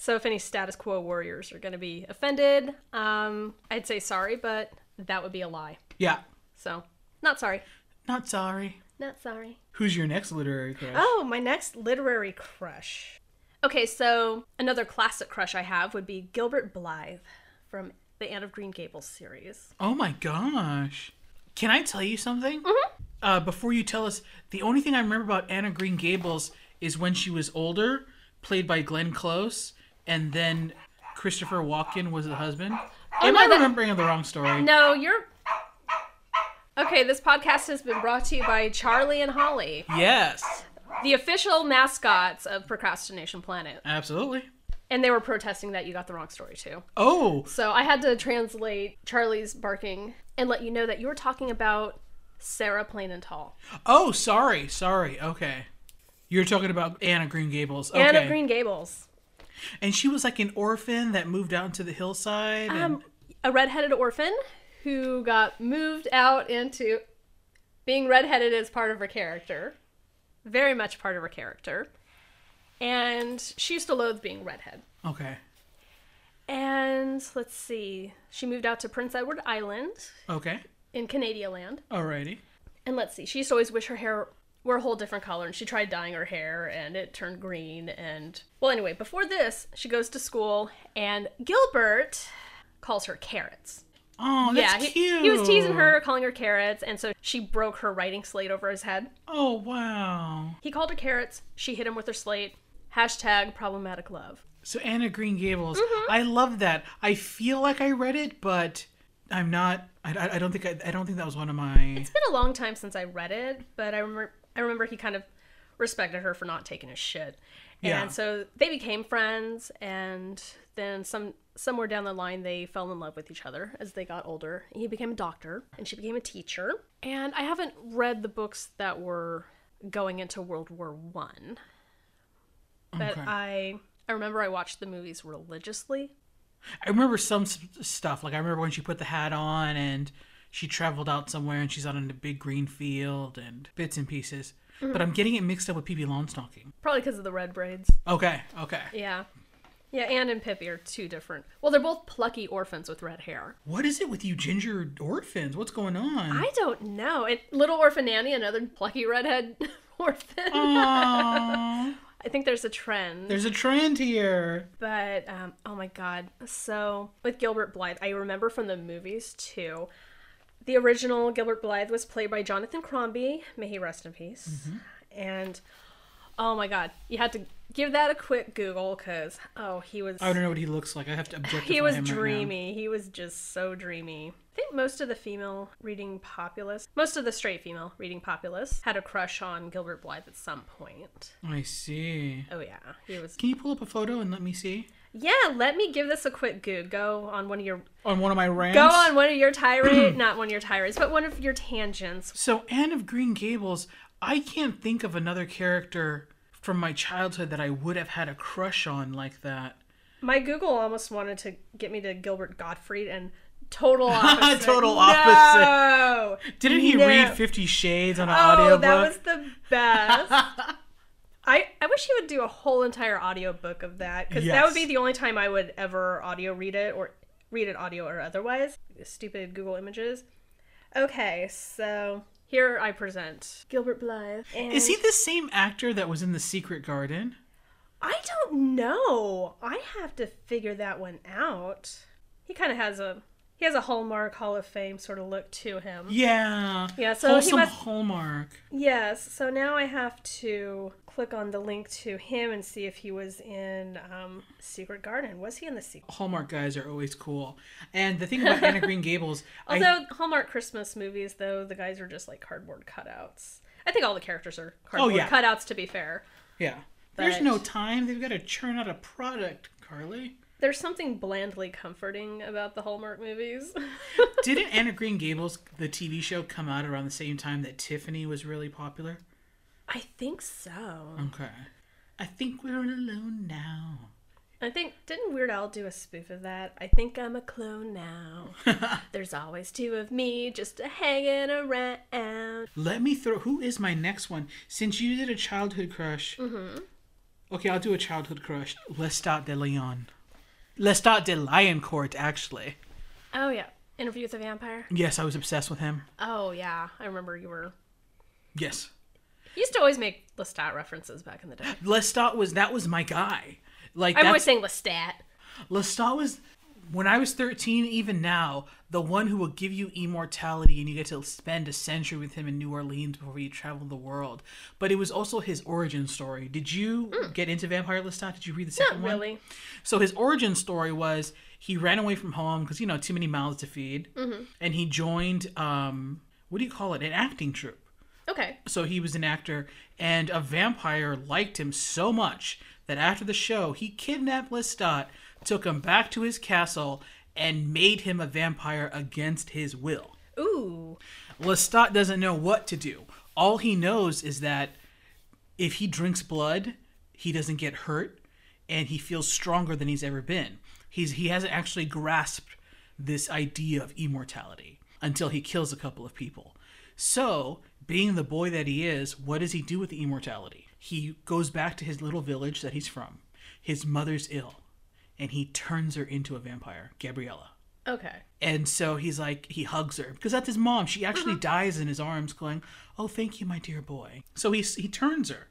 [SPEAKER 1] So if any status quo warriors are going to be offended, um, I'd say sorry, but that would be a lie.
[SPEAKER 2] yeah.
[SPEAKER 1] So not sorry.
[SPEAKER 2] Not sorry.
[SPEAKER 1] Not sorry.
[SPEAKER 2] Who's your next literary crush?
[SPEAKER 1] Oh, my next literary crush. Okay, so another classic crush I have would be Gilbert Blythe from the Anne of Green Gables series.
[SPEAKER 2] Oh my gosh. Can I tell you something?
[SPEAKER 1] Mm-hmm.
[SPEAKER 2] Uh, before you tell us, the only thing I remember about Anna Green Gables is when she was older, played by Glenn Close, and then Christopher Walken was the husband. Am
[SPEAKER 1] Oh, no,
[SPEAKER 2] I
[SPEAKER 1] that-
[SPEAKER 2] remembering the wrong story?
[SPEAKER 1] No, you're. Okay, this podcast has been brought to you by Charlie and Holly,
[SPEAKER 2] Yes,
[SPEAKER 1] the official mascots of Procrastination Planet.
[SPEAKER 2] absolutely.
[SPEAKER 1] And they were protesting that you got the wrong story, too.
[SPEAKER 2] Oh,
[SPEAKER 1] So I had to translate Charlie's barking and let you know that you were talking about Sarah Plainenthal.
[SPEAKER 2] Oh, sorry, sorry. Okay, you're talking about Anna Green Gables. Okay.
[SPEAKER 1] Anna Green Gables.
[SPEAKER 2] and she was like an orphan that moved out into the hillside. And,
[SPEAKER 1] Um, a redheaded orphan who got moved out into being redheaded as part of her character, very much part of her character. And she used to loathe being redhead.
[SPEAKER 2] okay,
[SPEAKER 1] And let's see, she moved out to Prince Edward Island
[SPEAKER 2] okay,
[SPEAKER 1] in Canada land.
[SPEAKER 2] alrighty.
[SPEAKER 1] And let's see, she used to always wish her hair were a whole different color, and she tried dyeing her hair, and it turned green. And well, anyway, before this, she goes to school, and Gilbert calls her carrots.
[SPEAKER 2] Oh, that's
[SPEAKER 1] yeah, he,
[SPEAKER 2] cute.
[SPEAKER 1] he was teasing her, calling her carrots, and so she broke her writing slate over his head.
[SPEAKER 2] Oh wow.
[SPEAKER 1] He called her carrots, she hit him with her slate. Hashtag problematic love.
[SPEAKER 2] So Anna Green Gables.
[SPEAKER 1] Mm-hmm.
[SPEAKER 2] I love that. I feel like I read it, but I'm not. I, I- I don't think. I, I don't think that was one of my.
[SPEAKER 1] It's been a long time since I read it, but I remember I remember he kind of respected her for not taking his shit. And
[SPEAKER 2] Yeah.
[SPEAKER 1] so they became friends and then some somewhere down the line they fell in love with each other as they got older. He became a doctor and she became a teacher. And I haven't read the books that were going into World War 1. But
[SPEAKER 2] Okay.
[SPEAKER 1] I I remember I watched the movies religiously.
[SPEAKER 2] I remember some s- stuff. Like I remember when she put the hat on and she traveled out somewhere and she's out in a big green field and bits and pieces.
[SPEAKER 1] Mm-hmm.
[SPEAKER 2] But I'm getting it mixed up with PB Longstocking.
[SPEAKER 1] Probably because of the red braids.
[SPEAKER 2] Okay, okay.
[SPEAKER 1] Yeah. Yeah, Anne and Pippi are two different. Well, they're both plucky orphans with red hair.
[SPEAKER 2] What is it with you ginger orphans? What's going on?
[SPEAKER 1] I don't know. And Little Orphan Annie, another plucky redhead [LAUGHS] orphan.
[SPEAKER 2] Aw,
[SPEAKER 1] I think there's a trend.
[SPEAKER 2] Um, there's a trend here.
[SPEAKER 1] But, um, oh my god. So, with Gilbert Blythe, I remember from the movies too. The original Gilbert Blythe was played by Jonathan Crombie. May he rest in peace.
[SPEAKER 2] Mm-hmm.
[SPEAKER 1] And, oh my god. You had to give that a quick Google because, oh, he was.
[SPEAKER 2] I don't know what he looks like. I have to objectify
[SPEAKER 1] He was
[SPEAKER 2] him right now.
[SPEAKER 1] dreamy. he was just so dreamy. I think most of the female reading populace, most of the straight female reading populace, had a crush on Gilbert Blythe at some point.
[SPEAKER 2] I see.
[SPEAKER 1] Oh yeah, he was.
[SPEAKER 2] Can you pull up a photo and let me see?
[SPEAKER 1] Yeah, let me give this a quick goog. Go on one of your,
[SPEAKER 2] On one of my rants.
[SPEAKER 1] go on one of your tirade,
[SPEAKER 2] [CLEARS THROAT]
[SPEAKER 1] not one of your tirades, but one of your tangents.
[SPEAKER 2] So Anne of Green Gables, I can't think of another character from my childhood that I would have had a crush on like that.
[SPEAKER 1] My Google almost wanted to get me to Gilbert Gottfried and
[SPEAKER 2] [LAUGHS]
[SPEAKER 1] total opposite.
[SPEAKER 2] Total
[SPEAKER 1] no!
[SPEAKER 2] Didn't he
[SPEAKER 1] No.
[SPEAKER 2] read Fifty Shades on an
[SPEAKER 1] Oh,
[SPEAKER 2] audiobook?
[SPEAKER 1] that was the
[SPEAKER 2] [LAUGHS]
[SPEAKER 1] best. I, I wish he would do a whole entire audiobook of that because that would be
[SPEAKER 2] Yes.
[SPEAKER 1] the only time I would ever audio read it or read it audio or otherwise. Stupid Google Images. Okay, so here I present Gilbert Blythe. And
[SPEAKER 2] Is he the same actor that was in The Secret Garden?
[SPEAKER 1] I don't know. I have to figure that one out. He kind of has a he has a Hallmark Hall of Fame sort of look to him.
[SPEAKER 2] Yeah.
[SPEAKER 1] Yeah, so he
[SPEAKER 2] Wholesome
[SPEAKER 1] must-
[SPEAKER 2] Hallmark.
[SPEAKER 1] Yes, so now I have to click on the link to him and see if he was in um, Secret Garden. Was he in the Secret?
[SPEAKER 2] Hallmark guys are always cool. And the thing about Anne of Green Gables,
[SPEAKER 1] [LAUGHS]
[SPEAKER 2] I-
[SPEAKER 1] Although Hallmark Christmas movies, though, the guys are just like cardboard cutouts. I think all the characters are cardboard
[SPEAKER 2] Oh, yeah.
[SPEAKER 1] cutouts, to be fair.
[SPEAKER 2] yeah, there's
[SPEAKER 1] But-
[SPEAKER 2] no time. They've got to churn out a product, Carly.
[SPEAKER 1] There's something blandly comforting about the Hallmark movies. [LAUGHS]
[SPEAKER 2] Didn't Anne of Green Gables, the TV show, come out around the same time that Tiffany was really popular?
[SPEAKER 1] I think so.
[SPEAKER 2] Okay. I think we're alone now.
[SPEAKER 1] I think, didn't Weird Al do a spoof of that? I think I'm a clone
[SPEAKER 2] [LAUGHS]
[SPEAKER 1] now. There's always two of me just a hanging around.
[SPEAKER 2] Let me throw. Who is my next one? Since you did a childhood crush. Mm-hmm. Okay, I'll do a childhood crush. Lestat de Leon. Lestat de Lioncourt, actually.
[SPEAKER 1] Oh, yeah. Interview with the Vampire.
[SPEAKER 2] Yes, I was obsessed with him.
[SPEAKER 1] Oh yeah, I remember you were.
[SPEAKER 2] Yes.
[SPEAKER 1] You used to always make Lestat references back in the day.
[SPEAKER 2] Lestat was. That was my guy. Like,
[SPEAKER 1] I'm
[SPEAKER 2] that's-
[SPEAKER 1] always saying Lestat.
[SPEAKER 2] Lestat was, when I was 13, even now, the one who will give you immortality and you get to spend a century with him in New Orleans before you travel the world. But it was also his origin story. Did you get into Vampire Lestat? Did you read the second
[SPEAKER 1] Hmm. Not
[SPEAKER 2] one?
[SPEAKER 1] really.
[SPEAKER 2] So his origin story was he ran away from home because, you know, too many mouths to feed.
[SPEAKER 1] Mm-hmm.
[SPEAKER 2] And he joined, um, what do you call it? An acting troupe
[SPEAKER 1] Okay.
[SPEAKER 2] so he was an actor and a vampire liked him so much that after the show he kidnapped lestat took him back to his castle and made him a vampire against his will
[SPEAKER 1] Ooh.
[SPEAKER 2] Lestat doesn't know what to do. All he knows is that if he drinks blood, he doesn't get hurt and he feels stronger than he's ever been. He's he hasn't actually grasped this idea of immortality until he kills a couple of people. So, being the boy that he is, what does he do with the immortality? He goes back to his little village that he's from. His mother's ill, and he turns her into a vampire, Gabriella.
[SPEAKER 1] Okay.
[SPEAKER 2] And so he's like, he hugs her because that's his mom. She actually dies in his arms, going, "Oh, thank you, my dear boy." So he he turns her,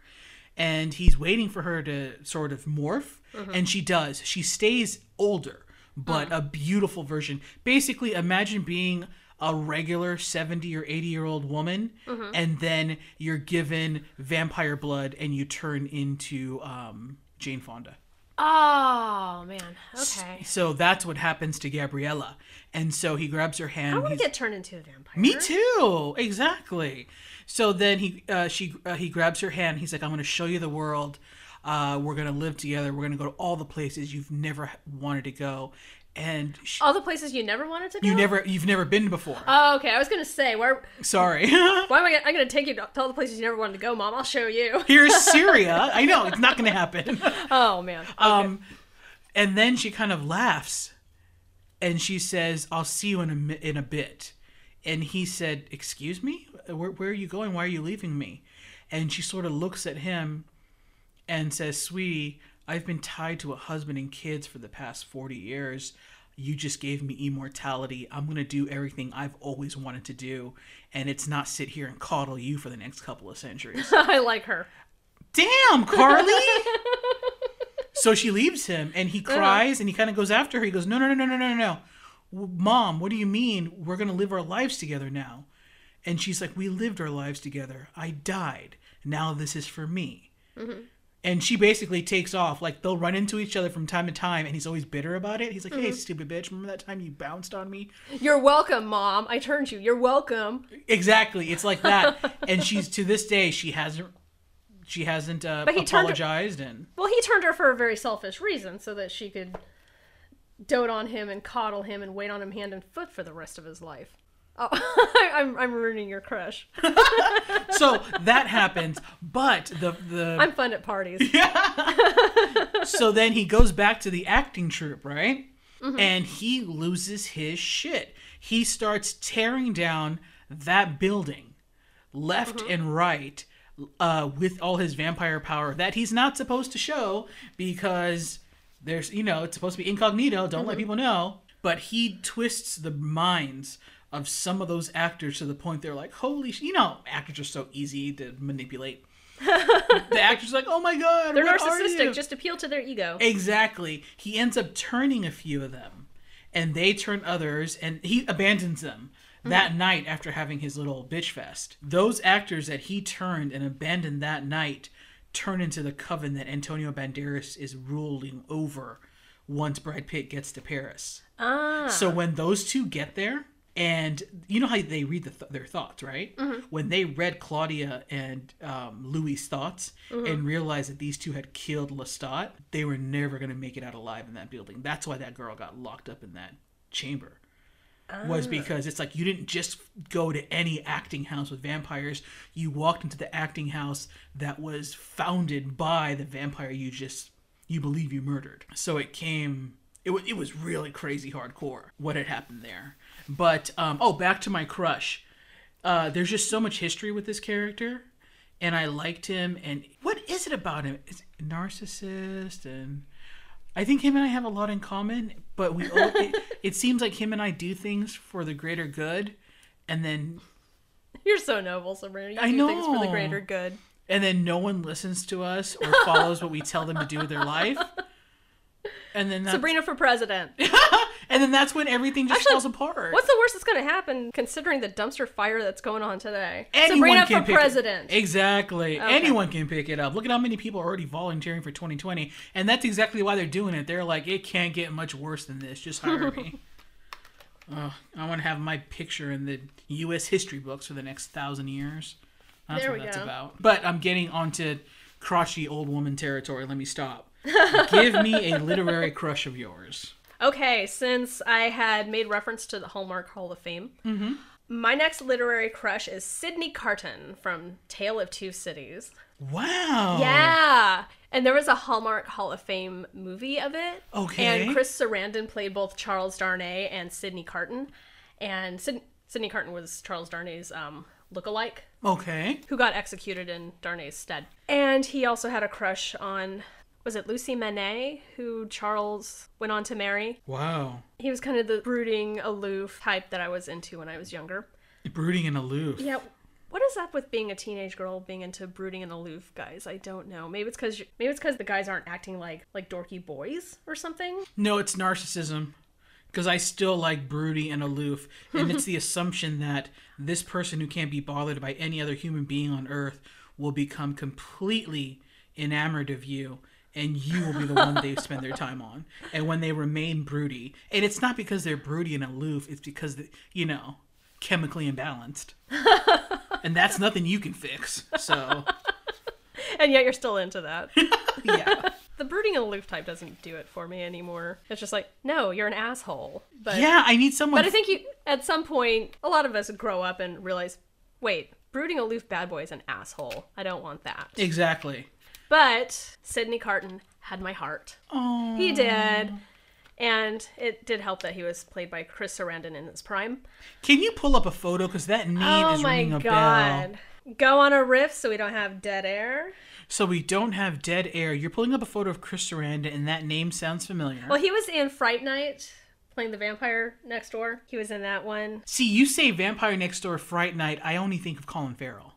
[SPEAKER 2] and he's waiting for her to sort of morph, and she does. She stays older, but a beautiful version. Basically, imagine being a regular 70 or 80 year old woman and then you're given vampire blood and you turn into um, jane fonda
[SPEAKER 1] Oh man. Okay.
[SPEAKER 2] so that's what happens to Gabriella. And so he grabs her hand.
[SPEAKER 1] I want to
[SPEAKER 2] he's-
[SPEAKER 1] get turned into a vampire.
[SPEAKER 2] Me too. Exactly. So then he uh, she uh, he grabs her hand. He's like, "I'm going to show you the world. Uh, we're going to live together. We're going to go to all the places you've never wanted to go." And sh
[SPEAKER 1] All the places you never wanted to go.
[SPEAKER 2] you never you've never been before.
[SPEAKER 1] Oh, okay. I was gonna say where.
[SPEAKER 2] Sorry. [LAUGHS]
[SPEAKER 1] Why am I? Gonna, I'm gonna take you to all the places you never wanted to go, Mom. I'll show you.
[SPEAKER 2] Here's Syria. I know it's not going to happen.
[SPEAKER 1] Oh man. Okay.
[SPEAKER 2] Um, and then she kind of laughs, and she says, "I'll see you in a mi- in a bit." And he said, "Excuse me, where where are you going? Why are you leaving me?" And she sort of looks at him, and says, "Sweetie, I've been tied to a husband and kids for the past forty years." You just gave me immortality. I'm going to do everything I've always wanted to do. And it's not sit here and coddle you for the next couple of
[SPEAKER 1] [LAUGHS]
[SPEAKER 2] centuries.
[SPEAKER 1] I like her.
[SPEAKER 2] Damn,
[SPEAKER 1] [LAUGHS]
[SPEAKER 2] Carly. so she leaves him and he cries and he kind of goes after her. He goes, No, no, no, no, no, no, no. W- Mom, what do you mean? We're going to live our lives together now. And she's like, We lived our lives together. I died. Now this is for me.
[SPEAKER 1] Mm-hmm.
[SPEAKER 2] And she basically takes off. Like they'll run into each other from time to time and he's always bitter about it. He's like,
[SPEAKER 1] Mm-hmm.
[SPEAKER 2] Hey, stupid bitch, remember that time you bounced on me?
[SPEAKER 1] You're welcome, Mom. I turned you. You're welcome.
[SPEAKER 2] Exactly. It's like that.
[SPEAKER 1] [LAUGHS]
[SPEAKER 2] and she's to this day, she hasn't. She hasn't uh,
[SPEAKER 1] But he turned her-
[SPEAKER 2] apologized, and
[SPEAKER 1] Well, he turned her for a very selfish reason, so that she could dote on him and coddle him and wait on him hand and foot for the rest of his life. Oh, [LAUGHS] I'm I'm ruining your crush.
[SPEAKER 2] so that happens but the the
[SPEAKER 1] I'm fun at parties.
[SPEAKER 2] [LAUGHS] so then he goes back to the acting troupe right
[SPEAKER 1] Mm-hmm.
[SPEAKER 2] and he loses his shit he starts tearing down that building left
[SPEAKER 1] Mm-hmm.
[SPEAKER 2] and right uh, with all his vampire power that he's not supposed to show because there's you know it's supposed to be incognito don't
[SPEAKER 1] Mm-hmm.
[SPEAKER 2] let people know but he twists the minds of some of those actors to the point they're like holy sh-. you know actors are so easy to
[SPEAKER 1] [LAUGHS]
[SPEAKER 2] manipulate the actors are like oh my god
[SPEAKER 1] They're
[SPEAKER 2] what are you?" Eh.
[SPEAKER 1] narcissistic. Just appeal to their ego.
[SPEAKER 2] Exactly. He ends up turning a few of them, and they turn others, and he abandons them that night after having his little bitch fest. Those actors that he turned and abandoned that night turn into the coven that Antonio Banderas is ruling over once Brad Pitt gets to Paris.
[SPEAKER 1] Ah.
[SPEAKER 2] So when those two get there, and you know how they read the th- their thoughts, right? When they read Claudia and um, Louis' thoughts and realized that these two had killed Lestat, they were never going to make it out alive in that building. That's why that girl got locked up in that chamber. Was because it's like you didn't just go to any acting house with vampires. You walked into the acting house that was founded by the vampire you just you believe you murdered. So it came. It was it was really crazy hardcore what had happened there. But um, oh, back to my crush. Uh, there's just so much history with this character, and I liked him. And what is it about him? Is it narcissist and I think him and I have a lot in common, but we all, it, [LAUGHS] it seems like him and I do things for the greater good, and then
[SPEAKER 1] You're so noble, Sabrina. You
[SPEAKER 2] I
[SPEAKER 1] do things for the
[SPEAKER 2] know.
[SPEAKER 1] greater good.
[SPEAKER 2] and then no one listens to us or follows what we tell them to do with their life, and then that's,
[SPEAKER 1] Sabrina for
[SPEAKER 2] [LAUGHS]
[SPEAKER 1] president.
[SPEAKER 2] and then that's when everything just
[SPEAKER 1] Actually,
[SPEAKER 2] falls apart.
[SPEAKER 1] What's the worst that's going to happen considering the dumpster fire that's going on today?
[SPEAKER 2] Anyone
[SPEAKER 1] Sabrina
[SPEAKER 2] can
[SPEAKER 1] for
[SPEAKER 2] pick
[SPEAKER 1] president.
[SPEAKER 2] It. Exactly. Anyone can pick it up. Look at how many people are already volunteering for 2020, and that's exactly why they're doing it. They're like, it can't get much worse than this. Just
[SPEAKER 1] [LAUGHS]
[SPEAKER 2] hire me. Ugh, I want to have my picture in the U.S. history books for the next thousand years. That's
[SPEAKER 1] There
[SPEAKER 2] what
[SPEAKER 1] we
[SPEAKER 2] that's
[SPEAKER 1] go.
[SPEAKER 2] about. But I'm getting onto crotchety old woman territory. Let me stop. Give me a literary crush of yours.
[SPEAKER 1] Okay, since I had made reference to the Hallmark Hall of Fame, My next literary crush is Sydney Carton from Tale of Two Cities.
[SPEAKER 2] Wow.
[SPEAKER 1] [LAUGHS] Yeah. And there was a Hallmark Hall of Fame movie of it.
[SPEAKER 2] Okay.
[SPEAKER 1] And Chris Sarandon played both Charles Darnay and Sidney Carton. And Syd- Sidney Carton was Charles Darnay's um, lookalike
[SPEAKER 2] Okay.
[SPEAKER 1] who got executed in Darnay's stead. And he also had a crush on, was it Lucy Manet, who Charles went on to marry?
[SPEAKER 2] Wow.
[SPEAKER 1] He was kind of the brooding, aloof type that I was into when I was younger.
[SPEAKER 2] Brooding and aloof.
[SPEAKER 1] Yeah. What is up with being a teenage girl being into brooding and aloof guys? I don't know. Maybe it's because maybe it's because the guys aren't acting like like dorky boys or something.
[SPEAKER 2] No, it's narcissism. Because I still like broody and aloof, and
[SPEAKER 1] [LAUGHS]
[SPEAKER 2] it's the assumption that this person who can't be bothered by any other human being on earth will become completely enamored of you, and you will be the one they spend their time on. And when they remain broody, and it's not because they're broody and aloof, it's because they, you know chemically
[SPEAKER 1] [LAUGHS]
[SPEAKER 2] imbalanced, and that's nothing you can fix. So
[SPEAKER 1] And yet you're still into that.
[SPEAKER 2] yeah,
[SPEAKER 1] the brooding and aloof type doesn't do it for me anymore. It's just like, no, you're an asshole. But
[SPEAKER 2] yeah, I need someone.
[SPEAKER 1] But I think you, at some point, a lot of us grow up and realize, wait, brooding aloof bad boy is an asshole. I don't want that.
[SPEAKER 2] exactly.
[SPEAKER 1] But Sidney Carton had my heart.
[SPEAKER 2] Oh,
[SPEAKER 1] He did. And it did help that he was played by Chris Sarandon in his prime.
[SPEAKER 2] Can you pull up a photo? Because that name
[SPEAKER 1] oh
[SPEAKER 2] is
[SPEAKER 1] my
[SPEAKER 2] ringing a
[SPEAKER 1] god.
[SPEAKER 2] bell.
[SPEAKER 1] Go on a riff so we don't have dead air.
[SPEAKER 2] So we don't have dead air. You're pulling up a photo of Chris Sarandon, and that name sounds familiar.
[SPEAKER 1] Well, he was in Fright Night playing the vampire next door. He was in that one.
[SPEAKER 2] See, you say Vampire Next Door, Fright Night. I only think of Colin Farrell.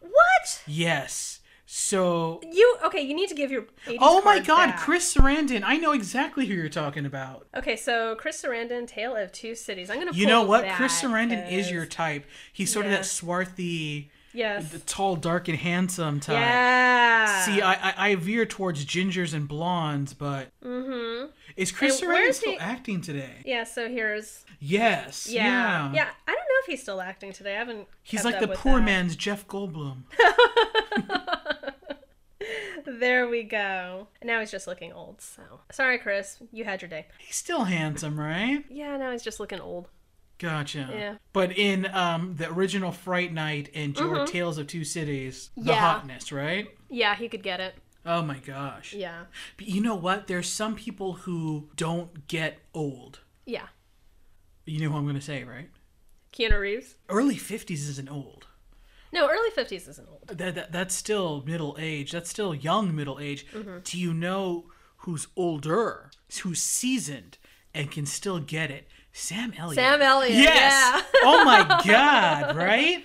[SPEAKER 1] What?
[SPEAKER 2] Yes. So,
[SPEAKER 1] You okay, you need to give your 80s
[SPEAKER 2] oh my
[SPEAKER 1] card
[SPEAKER 2] God,
[SPEAKER 1] back.
[SPEAKER 2] Chris Sarandon. I know exactly who you're talking about.
[SPEAKER 1] Okay, so Chris Sarandon, Tale of Two Cities. I'm gonna.
[SPEAKER 2] You
[SPEAKER 1] pull
[SPEAKER 2] know what?
[SPEAKER 1] that,
[SPEAKER 2] Chris Sarandon is
[SPEAKER 1] 'cause-
[SPEAKER 2] your type. He's sort of
[SPEAKER 1] Yeah.
[SPEAKER 2] that swarthy,
[SPEAKER 1] yes.
[SPEAKER 2] the tall, dark, and handsome type.
[SPEAKER 1] yeah.
[SPEAKER 2] See, I, I I veer towards gingers and blondes, but
[SPEAKER 1] Mm-hmm.
[SPEAKER 2] is Chris
[SPEAKER 1] And where
[SPEAKER 2] Sarandon
[SPEAKER 1] is
[SPEAKER 2] still
[SPEAKER 1] he-
[SPEAKER 2] acting today?
[SPEAKER 1] Yeah. So here's.
[SPEAKER 2] Yes.
[SPEAKER 1] Yeah.
[SPEAKER 2] Yeah.
[SPEAKER 1] yeah. I don't know if he's still acting today. I haven't.
[SPEAKER 2] He's
[SPEAKER 1] kept
[SPEAKER 2] like
[SPEAKER 1] up
[SPEAKER 2] the
[SPEAKER 1] with
[SPEAKER 2] poor
[SPEAKER 1] that.
[SPEAKER 2] man's Jeff Goldblum. [LAUGHS]
[SPEAKER 1] There we go. And now he's just looking old. So sorry, Chris. You had your day.
[SPEAKER 2] He's still handsome, right?
[SPEAKER 1] Yeah. Now he's just looking old.
[SPEAKER 2] Gotcha.
[SPEAKER 1] Yeah.
[SPEAKER 2] But in um, the original Fright Night and your Tales of Two Cities, the
[SPEAKER 1] Mm-hmm. Yeah.
[SPEAKER 2] hotness, right?
[SPEAKER 1] Yeah. He could get it.
[SPEAKER 2] Oh my gosh.
[SPEAKER 1] Yeah.
[SPEAKER 2] But you know what? There's some people who don't get old.
[SPEAKER 1] Yeah.
[SPEAKER 2] You know what I'm going to say, right?
[SPEAKER 1] Keanu Reeves.
[SPEAKER 2] Early 50s isn't old.
[SPEAKER 1] No, early fifties isn't old.
[SPEAKER 2] That, that, that's still middle age. That's still young middle age.
[SPEAKER 1] Mm-hmm.
[SPEAKER 2] Do you know who's older, who's seasoned, and can still get it? Sam Elliott.
[SPEAKER 1] Sam Elliott.
[SPEAKER 2] Yes.
[SPEAKER 1] [LAUGHS]
[SPEAKER 2] oh my God, right?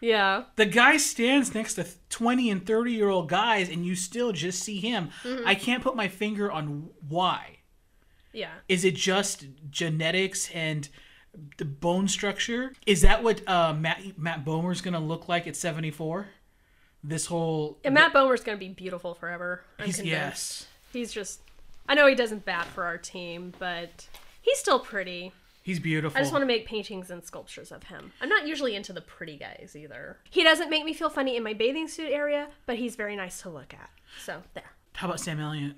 [SPEAKER 1] Yeah.
[SPEAKER 2] The guy stands next to 20 and 30 year old guys, and you still just see him.
[SPEAKER 1] Mm-hmm.
[SPEAKER 2] I can't put my finger on why.
[SPEAKER 1] Yeah.
[SPEAKER 2] Is it just genetics and the bone structure? Is that what uh, Matt, Matt Bomer's going to look like at 74? This whole.
[SPEAKER 1] And Matt Bomer's gonna be beautiful forever. I'm
[SPEAKER 2] He's-
[SPEAKER 1] convinced.
[SPEAKER 2] yes.
[SPEAKER 1] He's just I know he doesn't bat for our team, but he's still pretty.
[SPEAKER 2] He's beautiful.
[SPEAKER 1] I just want to make paintings and sculptures of him. I'm not usually into the pretty guys either. He doesn't make me feel funny in my bathing suit area, but he's very nice to look at. So there.
[SPEAKER 2] How about Sam Elliott?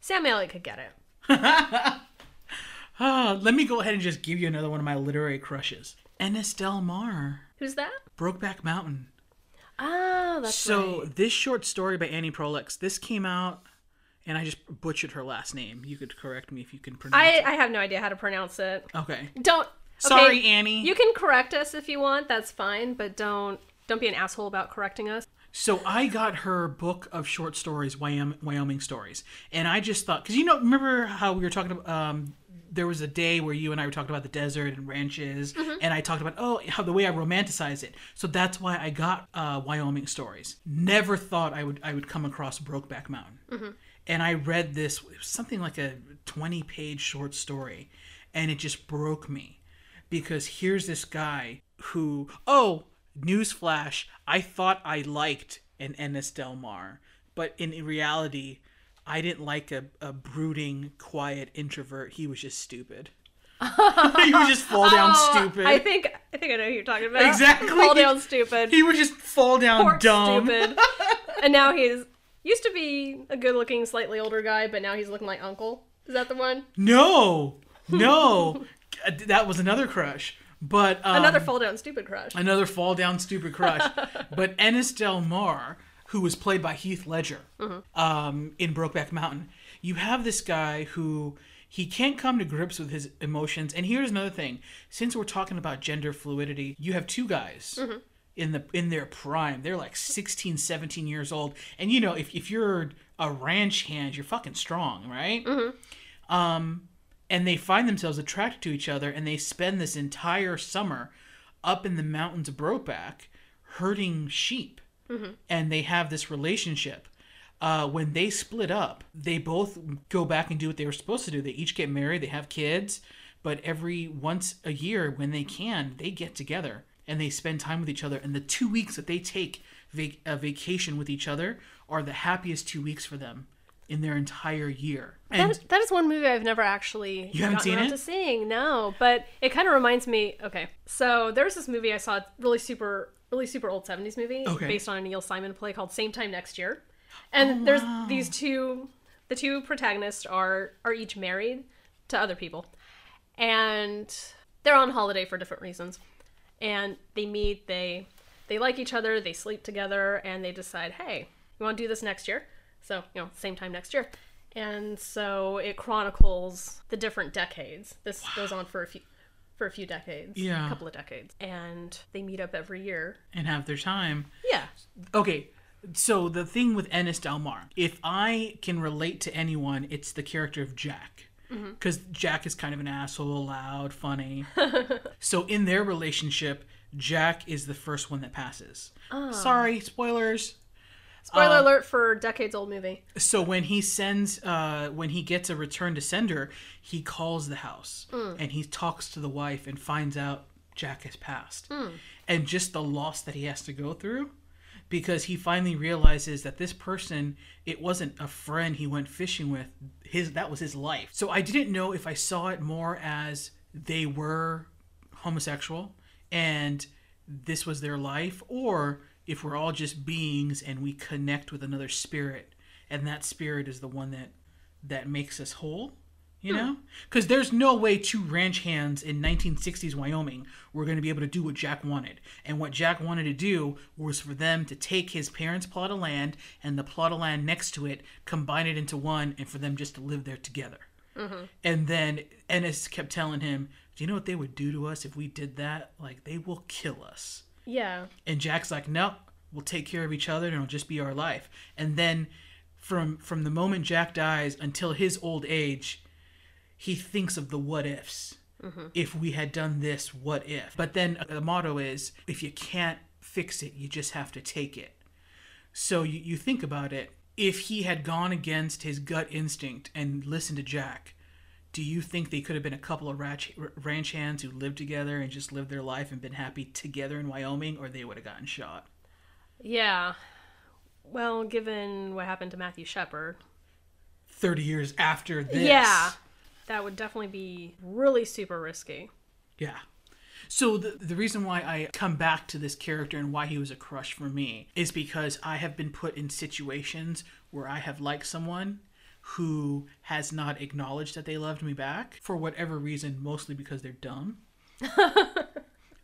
[SPEAKER 1] Sam Elliott could get it.
[SPEAKER 2] Uh, let me go ahead and just give you another one of my literary crushes. Ennis Del Mar,
[SPEAKER 1] Who's that?
[SPEAKER 2] Brokeback Mountain.
[SPEAKER 1] Oh, that's
[SPEAKER 2] So
[SPEAKER 1] right.
[SPEAKER 2] this short story by Annie Prolex, this came out, and I just butchered her last name. You could correct me if you can pronounce.
[SPEAKER 1] I I have no idea how to pronounce it.
[SPEAKER 2] it. Okay.
[SPEAKER 1] Don't. okay,
[SPEAKER 2] Sorry, Annie.
[SPEAKER 1] You can correct us if you want. That's fine, but don't don't be an asshole about correcting us.
[SPEAKER 2] So I got her book of short stories, Wyoming, Wyoming stories, and I just thought because you know remember how we were talking about. Um, there was a day where you and I were talking about the desert and ranches,
[SPEAKER 1] Mm-hmm.
[SPEAKER 2] and I talked about oh how the way I romanticize it. So that's why I got uh, Wyoming stories. Never thought I would I would come across Brokeback Mountain,
[SPEAKER 1] Mm-hmm.
[SPEAKER 2] and I read this it was something like a twenty page short story, and it just broke me because here's this guy who oh newsflash i thought i liked an ennis del mar but in reality i didn't like a, a brooding quiet introvert he was just stupid [LAUGHS] he would just fall down
[SPEAKER 1] [LAUGHS] Oh,
[SPEAKER 2] stupid
[SPEAKER 1] I think I think I know who you're talking about.
[SPEAKER 2] Exactly.
[SPEAKER 1] Fall down stupid.
[SPEAKER 2] he would just fall down
[SPEAKER 1] Pork
[SPEAKER 2] [LAUGHS] dumb
[SPEAKER 1] stupid. and now he's used to be a good-looking, slightly older guy, but now he's looking like Uncle. Is that the one? [LAUGHS]
[SPEAKER 2] no no that was another crush But um,
[SPEAKER 1] Another fall down stupid crush.
[SPEAKER 2] another fall down stupid crush. but Ennis Del Mar, who was played by Heath Ledger um, in Brokeback Mountain, you have this guy who he can't come to grips with his emotions. And here's another thing: since we're talking about gender fluidity, you have two guys. In, the, in their prime they're like 16 17 years old and you know if, if you're a ranch hand you're fucking strong right and they find themselves attracted to each other and they spend this entire summer up in the mountains of Brokeback herding sheep
[SPEAKER 1] Mm-hmm.
[SPEAKER 2] and they have this relationship uh, when they split up they both go back and do what they were supposed to do they each get married they have kids but every once a year when they can they get together and they spend time with each other and the two weeks that they take vac- a vacation with each other are the happiest two weeks for them in their entire year
[SPEAKER 1] That
[SPEAKER 2] and
[SPEAKER 1] is, that is one movie I've never actually
[SPEAKER 2] You haven't
[SPEAKER 1] gotten
[SPEAKER 2] seen
[SPEAKER 1] around
[SPEAKER 2] it?
[SPEAKER 1] to seeing. No, but it kind of reminds me. Okay, so there's this movie I saw, it's really super, really super old '70s movie,
[SPEAKER 2] Okay. Oh,
[SPEAKER 1] based on a Neil Simon play called Same Time Next Year, and there's these two, the two protagonists are are each married to other people, and they're on holiday for different reasons, and they meet, they they like each other, they sleep together, and they decide, hey, we want to do this next year. So, you know, same time next year. And so it chronicles the different decades. This goes on for a few for a few decades.
[SPEAKER 2] Yeah.
[SPEAKER 1] A couple of decades. And they meet up every year.
[SPEAKER 2] and have their time
[SPEAKER 1] Yeah.
[SPEAKER 2] okay so the thing with ennis delmar if i can relate to anyone it's the character of jack because jack is kind of an asshole loud funny so in their relationship jack is the first one that passes sorry spoilers
[SPEAKER 1] Spoiler alert for decades old movie.
[SPEAKER 2] so when he sends uh when he gets a return to sender he calls the house and he talks to the wife and finds out jack has passed and just the loss that he has to go through because he finally realizes that this person it wasn't a friend he went fishing with his that was his life so i didn't know if i saw it more as they were homosexual and this was their life or if we're all just beings and we connect with another spirit and that spirit is the one that that makes us whole you know because there's no way two ranch hands in 1960s wyoming were going to be able to do what jack wanted and what jack wanted to do was for them to take his parents plot of land and the plot of land next to it combine it into one and for them just to live there together and then ennis kept telling him do you know what they would do to us if we did that like they will kill us
[SPEAKER 1] Yeah.
[SPEAKER 2] and Jack's like, "No, we'll take care of each other, and it'll just be our life." And then, from from the moment Jack dies until his old age, he thinks of the what ifs. If we had done this, what if? But then uh, the motto is, if you can't fix it, you just have to take it. So you, you think about it. If he had gone against his gut instinct and listened to Jack, do you think they could have been a couple of ranch, ranch hands who lived together and just lived their life and been happy together in Wyoming, or they would have gotten shot?
[SPEAKER 1] Yeah. Well, given what happened to Matthew Shepard,
[SPEAKER 2] 30 years after this.
[SPEAKER 1] yeah, that would definitely be really super risky.
[SPEAKER 2] Yeah. So the, the reason why I come back to this character and why he was a crush for me is because I have been put in situations where I have liked someone who has not acknowledged that they loved me back for whatever reason, mostly because they're dumb.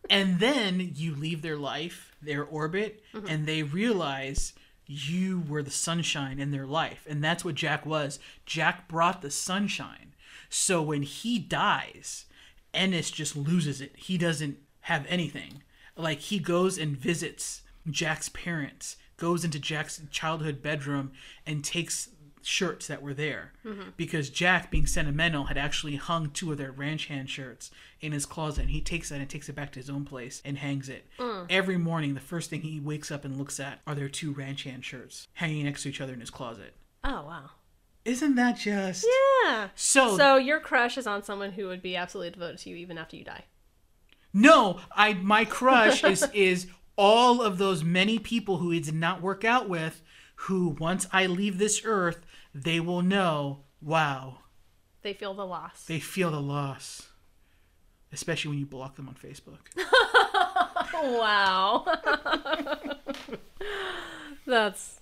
[SPEAKER 2] and then you leave their life, their orbit, and they realize you were the sunshine in their life. And that's what Jack was. Jack brought the sunshine. So when he dies, Ennis just loses it. He doesn't have anything. Like he goes and visits Jack's parents, goes into Jack's childhood bedroom and takes shirts that were there because Jack, being sentimental, had actually hung two of their ranch hand shirts in his closet, and he takes that and takes it back to his own place and hangs it. Every morning, the first thing he wakes up and looks at are their two ranch hand shirts hanging next to each other in his closet.
[SPEAKER 1] Oh wow.
[SPEAKER 2] Isn't that just
[SPEAKER 1] Yeah.
[SPEAKER 2] so?
[SPEAKER 1] So your crush is on someone who would be absolutely devoted to you even after you die.
[SPEAKER 2] No, I my crush is [LAUGHS] is all of those many people who it did not work out with, who once I leave this earth, they will know. Wow,
[SPEAKER 1] They feel the loss.
[SPEAKER 2] they feel the loss, especially when you block them on Facebook.
[SPEAKER 1] Oh, wow. [LAUGHS] That's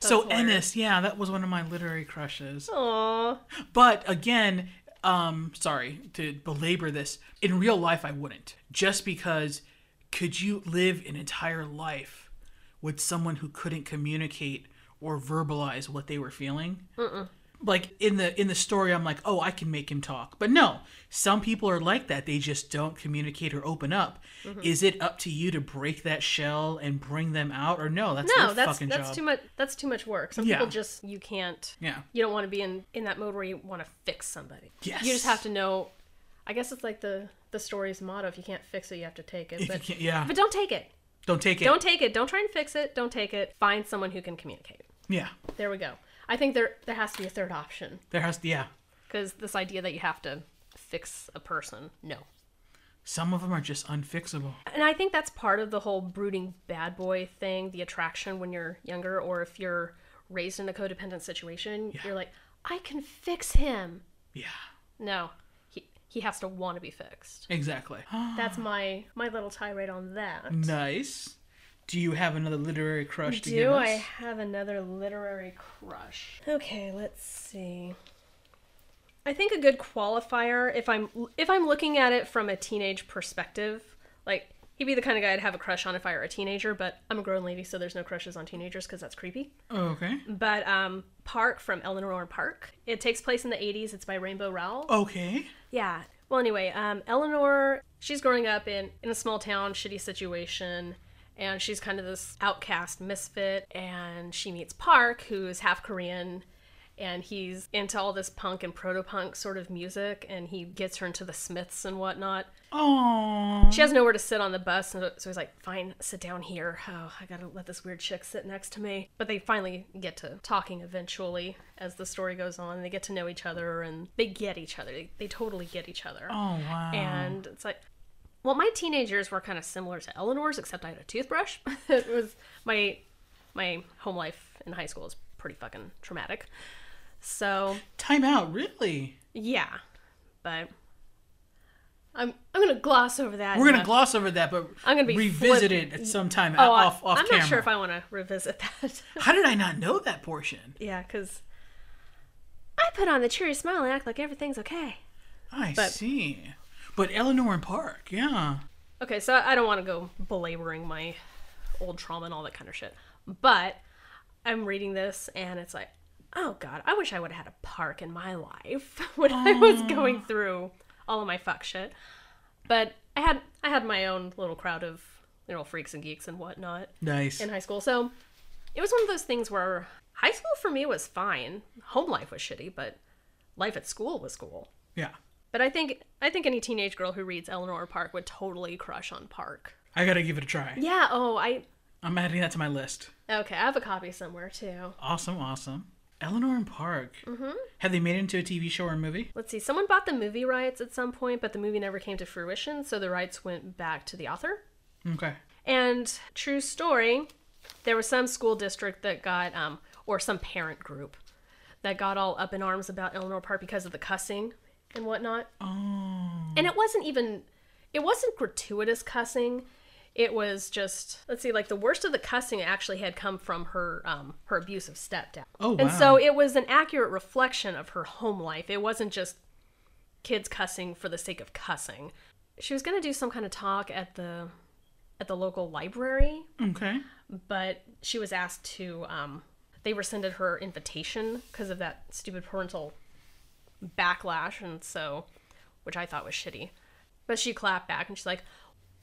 [SPEAKER 2] so
[SPEAKER 1] hilarious.
[SPEAKER 2] Ennis, yeah, that was one of my literary crushes.
[SPEAKER 1] aw.
[SPEAKER 2] But again, Um, sorry to belabor this. In real life, I wouldn't. Just because could you live an entire life with someone who couldn't communicate or verbalize what they were feeling? Like in the in the story, I'm like, oh, I can make him talk, but no. Some people are like that; they just don't communicate or open up.
[SPEAKER 1] Mm-hmm.
[SPEAKER 2] Is it up to you to break that shell and bring them out, or no? That's
[SPEAKER 1] No,
[SPEAKER 2] their
[SPEAKER 1] that's
[SPEAKER 2] fucking
[SPEAKER 1] that's
[SPEAKER 2] job.
[SPEAKER 1] too much. That's too much work. Some
[SPEAKER 2] Yeah.
[SPEAKER 1] people just you can't.
[SPEAKER 2] Yeah.
[SPEAKER 1] You don't want to be in in that mode where you want to fix somebody.
[SPEAKER 2] Yes.
[SPEAKER 1] You just have to know. I guess it's like the the story's motto: if you can't fix it, you have to take it.
[SPEAKER 2] If you
[SPEAKER 1] But
[SPEAKER 2] can't- yeah.
[SPEAKER 1] but don't take it.
[SPEAKER 2] Don't take it.
[SPEAKER 1] Don't take it. Don't try and fix it. Don't take it. Find someone who can communicate.
[SPEAKER 2] Yeah.
[SPEAKER 1] There we go. I think there there has to be a third option
[SPEAKER 2] There has to, yeah.
[SPEAKER 1] because this idea that you have to fix a person, no.
[SPEAKER 2] Some of them are just unfixable.
[SPEAKER 1] And I think that's part of the whole brooding bad boy thing, the attraction when you're younger, or if you're raised in a codependent situation, you're like, I can fix him.
[SPEAKER 2] Yeah.
[SPEAKER 1] No, he he has to want to be fixed.
[SPEAKER 2] Exactly.
[SPEAKER 1] That's my my little tirade on that.
[SPEAKER 2] nice. Do you have another literary crush to give
[SPEAKER 1] Do
[SPEAKER 2] us?
[SPEAKER 1] I have another literary crush? Okay, let's see. I think a good qualifier, if I'm if I'm looking at it from a teenage perspective, like he'd be the kind of guy I'd have a crush on if I were a teenager. But I'm a grown lady, so there's no crushes on teenagers because that's creepy.
[SPEAKER 2] Okay.
[SPEAKER 1] But um, Park from Eleanor and Park. It takes place in the 80s. It's by Rainbow Rowell.
[SPEAKER 2] Okay.
[SPEAKER 1] Yeah. Well, anyway, um, Eleanor, she's growing up in, in a small town, shitty situation, and she's kind of this outcast misfit. And she meets Park, who is half Korean, and he's into all this punk and proto punk sort of music, and he gets her into the Smiths and whatnot.
[SPEAKER 2] Oh.
[SPEAKER 1] She has nowhere to sit on the bus, and so he's like, "Fine, sit down here. Oh, I gotta let this weird chick sit next to me." But they finally get to talking eventually as the story goes on. They get to know each other, and they get each other. They, they totally get each other.
[SPEAKER 2] Oh wow.
[SPEAKER 1] And it's like, well, my teenagers were kind of similar to Eleanor's, except I had a toothbrush. [LAUGHS] it was my my home life in high school is pretty fucking traumatic. So
[SPEAKER 2] Time out. Really?
[SPEAKER 1] yeah, but I'm I'm gonna gloss over that.
[SPEAKER 2] We're gonna
[SPEAKER 1] enough.
[SPEAKER 2] gloss over that, but
[SPEAKER 1] I'm gonna be
[SPEAKER 2] revisit
[SPEAKER 1] flip-
[SPEAKER 2] it at some time
[SPEAKER 1] Oh, I-
[SPEAKER 2] off off
[SPEAKER 1] I'm
[SPEAKER 2] camera.
[SPEAKER 1] not sure if I want to revisit [LAUGHS] that.
[SPEAKER 2] How did I not know that portion?
[SPEAKER 1] yeah, because I put on the cheery smile and act like everything's okay.
[SPEAKER 2] I
[SPEAKER 1] But-
[SPEAKER 2] see. But Eleanor and Park. Yeah.
[SPEAKER 1] Okay, so I don't want to go belaboring my old trauma and all that kind of shit. But I'm reading this and it's like, oh god, I wish I would have had a park in my life [LAUGHS] when I was going through all of my fuck shit. But I had I had my own little crowd of you know freaks and geeks and whatnot.
[SPEAKER 2] Nice.
[SPEAKER 1] in high school. So it was one of those things where high school for me was fine. Home life was shitty, but life at school was cool.
[SPEAKER 2] yeah.
[SPEAKER 1] But I think I think any teenage girl who reads Eleanor Park would totally crush on Park.
[SPEAKER 2] I gotta give it a try.
[SPEAKER 1] Yeah, oh, I
[SPEAKER 2] I'm adding that to my list.
[SPEAKER 1] okay, I have a copy somewhere too.
[SPEAKER 2] Awesome, awesome. Eleanor and Park. Mm-hmm. Have they made it into a TV show or movie?
[SPEAKER 1] Let's see. Someone bought the movie rights at some point, but the movie never came to fruition, so the rights went back to the author.
[SPEAKER 2] Okay.
[SPEAKER 1] And true story, there was some school district that got, um, or some parent group that got all up in arms about Eleanor Park because of the cussing and whatnot.
[SPEAKER 2] Oh.
[SPEAKER 1] And it wasn't even, it wasn't gratuitous cussing. It was just, let's see, like the worst of the cussing actually had come from her, um, her abusive stepdad.
[SPEAKER 2] Oh,
[SPEAKER 1] And
[SPEAKER 2] wow.
[SPEAKER 1] so it was an accurate reflection of her home life. It wasn't just kids cussing for the sake of cussing. She was going to do some kind of talk at the at the local library,
[SPEAKER 2] Okay.
[SPEAKER 1] but she was asked to. Um, they rescinded her invitation because of that stupid parental backlash, and so, which I thought was shitty. But she clapped back and she's like,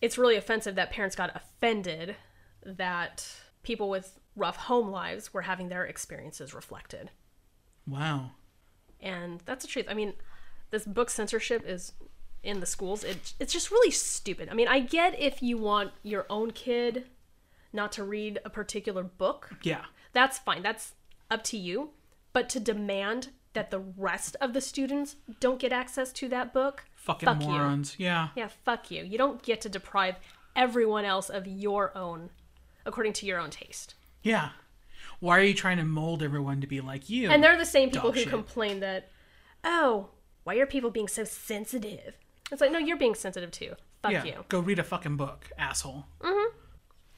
[SPEAKER 1] "It's really offensive that parents got offended that people with rough home lives were having their experiences reflected."
[SPEAKER 2] Wow.
[SPEAKER 1] and that's the truth. I mean, this book censorship is in the schools. It, it's just really stupid. I mean, I get if you want your own kid not to read a particular book,
[SPEAKER 2] Yeah.
[SPEAKER 1] that's fine. That's up to you. But to demand that the rest of the students don't get access to that book,
[SPEAKER 2] Fucking
[SPEAKER 1] Fuck you.
[SPEAKER 2] morons. Yeah.
[SPEAKER 1] yeah, fuck you. You don't get to deprive everyone else of your own, according to your own taste.
[SPEAKER 2] Yeah. Why are you trying to mold everyone to be like you?
[SPEAKER 1] And they're the same people
[SPEAKER 2] Dog
[SPEAKER 1] who
[SPEAKER 2] shit.
[SPEAKER 1] complain that, oh, why are people being so sensitive? It's like, no, you're being sensitive too. Fuck
[SPEAKER 2] yeah.
[SPEAKER 1] you.
[SPEAKER 2] Go read a fucking book, asshole.
[SPEAKER 1] I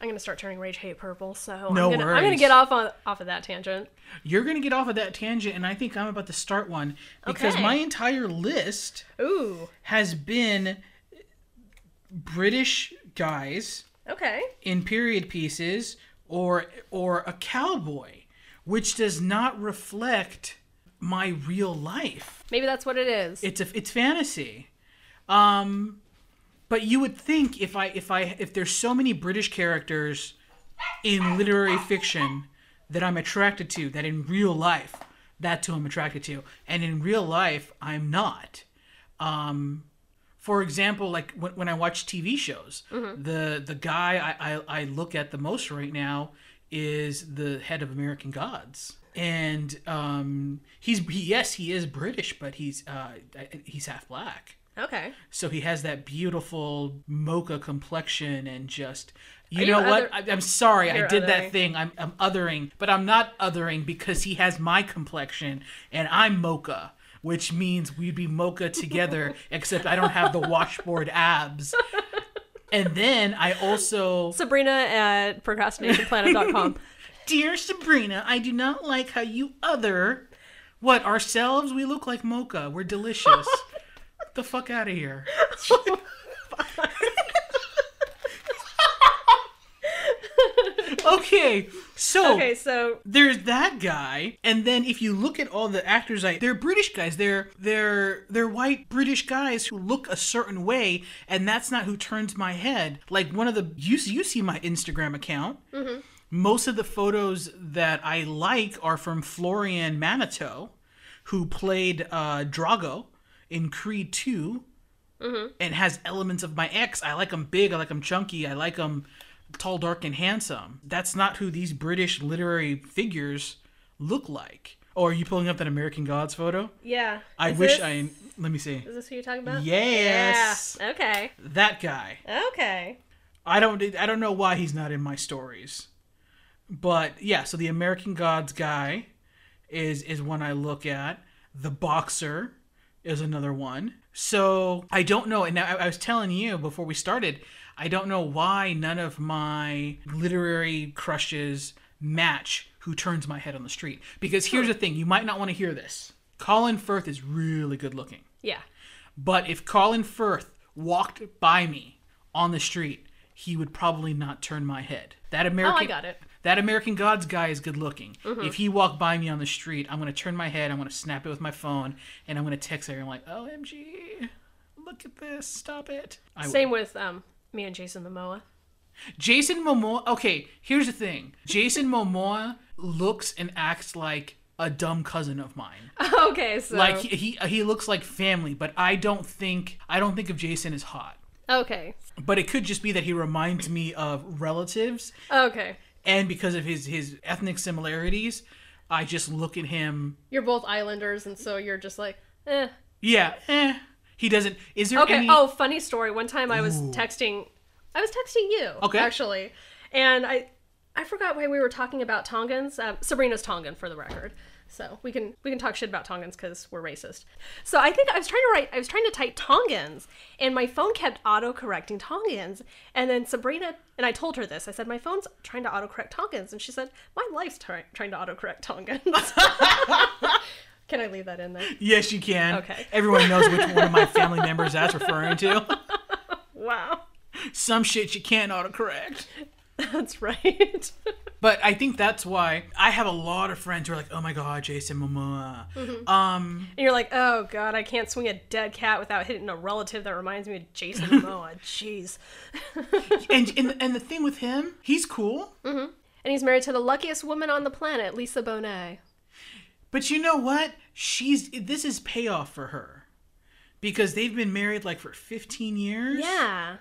[SPEAKER 1] I'm gonna start turning rage hate purple. So
[SPEAKER 2] No
[SPEAKER 1] I'm gonna I'm gonna
[SPEAKER 2] worries.
[SPEAKER 1] get off on off of that tangent.
[SPEAKER 2] You're going to get off of that tangent, and I think I'm about to start one because
[SPEAKER 1] Okay.
[SPEAKER 2] my entire list
[SPEAKER 1] Ooh.
[SPEAKER 2] has been British guys
[SPEAKER 1] Okay.
[SPEAKER 2] in period pieces or or a cowboy, which does not reflect my real life.
[SPEAKER 1] Maybe that's what it is.
[SPEAKER 2] It's a it's fantasy. Um, but you would think if I if I if there's so many British characters in literary fiction that I'm attracted to, that in real life that's who I'm attracted to, and in real life I'm not. Um, for example, like when, when I watch TV shows, the the guy I, I I look at the most right now is the head of American Gods, and um, he's he, yes he is British, but he's uh, he's half black.
[SPEAKER 1] okay.
[SPEAKER 2] So he has that beautiful mocha complexion and just you
[SPEAKER 1] you
[SPEAKER 2] know what?
[SPEAKER 1] other-
[SPEAKER 2] I, I'm sorry, I
[SPEAKER 1] You're
[SPEAKER 2] did
[SPEAKER 1] othering.
[SPEAKER 2] that thing. I'm, I'm othering, but I'm not othering because he has my complexion and I'm mocha, which means we'd be
[SPEAKER 1] [LAUGHS]
[SPEAKER 2] mocha together, except I don't have the washboard abs. And then I also
[SPEAKER 1] Sabrina at
[SPEAKER 2] [LAUGHS]
[SPEAKER 1] procrastinationplanet.com.
[SPEAKER 2] Dear Sabrina, I do not like how you other what ourselves. We look like mocha. We're delicious. the fuck out of here. okay, so
[SPEAKER 1] okay, so
[SPEAKER 2] there's that guy, and then if you look at all the actors, I they're British guys. They're they're they're white British guys who look a certain way, and that's not who turns my head. Like one of the you you see my Instagram account most of the photos that I like are from Florian Manito, who played uh, Drago in Creed 2 and has elements of my ex. I like him big, I like him chunky, I like him tall, dark, and handsome. That's not who these British literary figures look like. Oh, are you pulling up that American Gods photo?
[SPEAKER 1] yeah.
[SPEAKER 2] I
[SPEAKER 1] Is
[SPEAKER 2] wish
[SPEAKER 1] this-
[SPEAKER 2] I. Let me see.
[SPEAKER 1] Is this who you're talking about?
[SPEAKER 2] Yes.
[SPEAKER 1] Yeah. Okay.
[SPEAKER 2] That guy.
[SPEAKER 1] Okay.
[SPEAKER 2] I don't I don't know why he's not in my stories. But yeah, so the American Gods guy is is one I look at. The boxer is another one. So I don't know, and I, I was telling you before we started, I don't know why none of my literary crushes match who turns my head on the street. Because here's the thing, you might not want to hear this. Colin Firth is really good looking.
[SPEAKER 1] Yeah.
[SPEAKER 2] But if Colin Firth walked by me on the street, he would probably not turn my head. That American
[SPEAKER 1] Oh, got it. Mm-hmm.
[SPEAKER 2] That American Gods guy is good looking. If he walked by me on the street, I'm gonna turn my head, I'm gonna snap it with my phone, and I'm gonna text everyone like, OMG, look at this, stop it. I
[SPEAKER 1] Same with um me and Jason Momoa. [LAUGHS]
[SPEAKER 2] Jason Momoa. Okay, here's the thing. Jason Momoa looks and acts like a dumb cousin of mine.
[SPEAKER 1] okay, so
[SPEAKER 2] Like he, he he looks like family, but I don't think I don't think of Jason as hot.
[SPEAKER 1] Okay.
[SPEAKER 2] but it could just be that he reminds me of relatives
[SPEAKER 1] Okay.
[SPEAKER 2] and because of his his ethnic similarities i just look at him
[SPEAKER 1] You're both islanders and so you're just like, eh.
[SPEAKER 2] yeah eh. he doesn't is there
[SPEAKER 1] Okay.
[SPEAKER 2] any
[SPEAKER 1] Oh, funny story. One time I was texting, I was texting you.
[SPEAKER 2] Okay.
[SPEAKER 1] Actually, and I, I forgot why we were talking about Tongans. Um, Sabrina's Tongan, for the record. So we can we can talk shit about Tongans because we're racist. So I think I was trying to write, I was trying to type Tongans, and my phone kept auto correcting Tongans. And then Sabrina and I told her this. I said my phone's trying to auto correct Tongans, and she said my life's try- trying to auto correct Tongans. [LAUGHS] can I leave that
[SPEAKER 2] [LAUGHS]
[SPEAKER 1] in there?
[SPEAKER 2] yes you can
[SPEAKER 1] Okay. [LAUGHS]
[SPEAKER 2] everyone knows which one of my family members that's referring to [LAUGHS]
[SPEAKER 1] Wow, [LAUGHS]
[SPEAKER 2] some shit you can't autocorrect
[SPEAKER 1] that's right. [LAUGHS]
[SPEAKER 2] but i think that's why i have a lot of friends who are like oh my god jason momoa
[SPEAKER 1] Mm-hmm.
[SPEAKER 2] um
[SPEAKER 1] And you're like, oh god, I can't swing a dead cat without hitting a relative that reminds me of
[SPEAKER 2] [LAUGHS]
[SPEAKER 1] Jason Momoa. Jeez.
[SPEAKER 2] and, and and the thing with him he's cool
[SPEAKER 1] And he's married to the luckiest woman on the planet, Lisa Bonet.
[SPEAKER 2] But you know what? She's this is payoff for her because they've been married like for 15 years.
[SPEAKER 1] Yeah.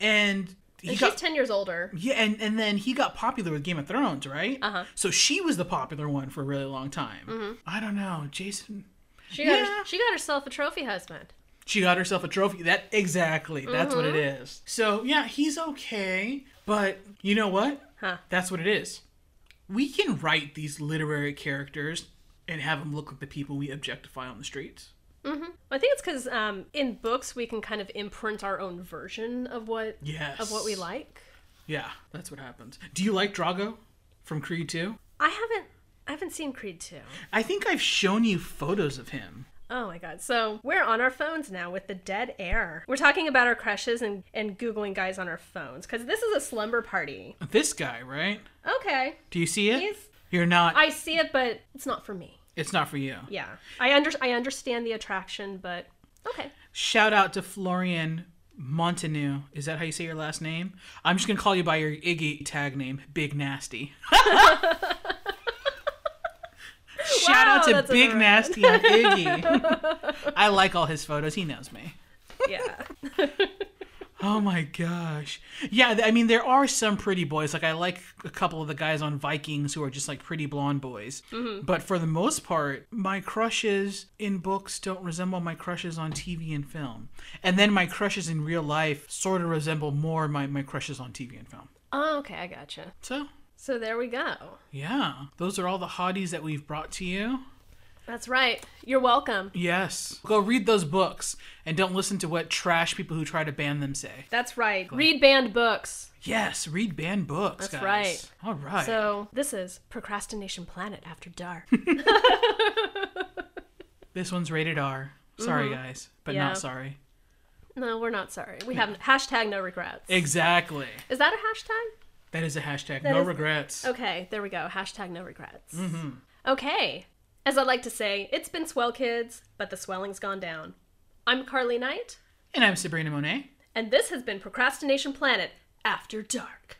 [SPEAKER 2] And he
[SPEAKER 1] And she's
[SPEAKER 2] got
[SPEAKER 1] ten years older.
[SPEAKER 2] yeah, and, and then he got popular with Game of Thrones, right?
[SPEAKER 1] Uh-huh. Mm-hmm.
[SPEAKER 2] So she was the popular one for a really long time. I don't know, Jason.
[SPEAKER 1] She got
[SPEAKER 2] Yeah.
[SPEAKER 1] her, she got herself a trophy husband.
[SPEAKER 2] She got herself a trophy. That exactly. That's what it
[SPEAKER 1] Mm-hmm.
[SPEAKER 2] is. So yeah, he's okay, but you know what?
[SPEAKER 1] Huh.
[SPEAKER 2] That's what it is. We can write these literary characters and have them look like the people we objectify on the streets.
[SPEAKER 1] I think it's because um, in books we can kind of imprint our own version of what
[SPEAKER 2] Yes.
[SPEAKER 1] of what we like.
[SPEAKER 2] Yeah, that's what happens. Do you like Drago from Creed 2?
[SPEAKER 1] I haven't I haven't seen Creed 2.
[SPEAKER 2] I think I've shown you photos of him.
[SPEAKER 1] Oh my god. So we're on our phones now with the dead air. We're talking about our crushes and, and Googling guys on our phones because this is a slumber party.
[SPEAKER 2] This guy, right?
[SPEAKER 1] Okay.
[SPEAKER 2] Do you see it?
[SPEAKER 1] He's-
[SPEAKER 2] You're not.
[SPEAKER 1] I see it, but it's not for me.
[SPEAKER 2] it's not for you.
[SPEAKER 1] Yeah. I under I understand the attraction, but okay.
[SPEAKER 2] Shout out to Florian Montanu. Is that how you say your last name? I'm just gonna call you by your Iggy tag name, Big Nasty. [LAUGHS] Shout
[SPEAKER 1] Wow,
[SPEAKER 2] out
[SPEAKER 1] that's
[SPEAKER 2] to Big
[SPEAKER 1] another-
[SPEAKER 2] Nasty on Iggy.
[SPEAKER 1] [LAUGHS]
[SPEAKER 2] I like all his photos. He knows me.
[SPEAKER 1] Yeah.
[SPEAKER 2] Oh my gosh. Yeah, th- I mean, there are some pretty boys. Like, I like a couple of the guys on Vikings who are just like pretty blonde boys.
[SPEAKER 1] Mm-hmm.
[SPEAKER 2] But for the most part, my crushes in books don't resemble my crushes on TV and film. And then my crushes in real life sort of resemble more my, my crushes on TV and film.
[SPEAKER 1] [LAUGHS] oh, okay, I gotcha.
[SPEAKER 2] So,
[SPEAKER 1] So there we go.
[SPEAKER 2] yeah, those are all the hotties that we've brought to you.
[SPEAKER 1] That's right. You're welcome.
[SPEAKER 2] Yes. Go read those books and don't listen to what trash people who try to ban them say.
[SPEAKER 1] That's right. Read banned books.
[SPEAKER 2] Yes, read banned books,
[SPEAKER 1] That's
[SPEAKER 2] guys.
[SPEAKER 1] right.
[SPEAKER 2] All right.
[SPEAKER 1] So this is Procrastination Planet After Dark.
[SPEAKER 2] This one's rated R. Sorry, guys, but
[SPEAKER 1] Mm-hmm. Yeah.
[SPEAKER 2] not sorry.
[SPEAKER 1] no, we're not sorry. We haven't hashtag no regrets.
[SPEAKER 2] Exactly.
[SPEAKER 1] Is that a
[SPEAKER 2] That is a hashtag.
[SPEAKER 1] That
[SPEAKER 2] no
[SPEAKER 1] is-
[SPEAKER 2] regrets.
[SPEAKER 1] hashtag? Okay, there we go. Hashtag no regrets. Okay. As I like to say, it's been swell kids, but the swelling's gone down. I'm Carly Knight,
[SPEAKER 2] And I'm Sabrina Monet.
[SPEAKER 1] and this has been Procrastination Planet After Dark.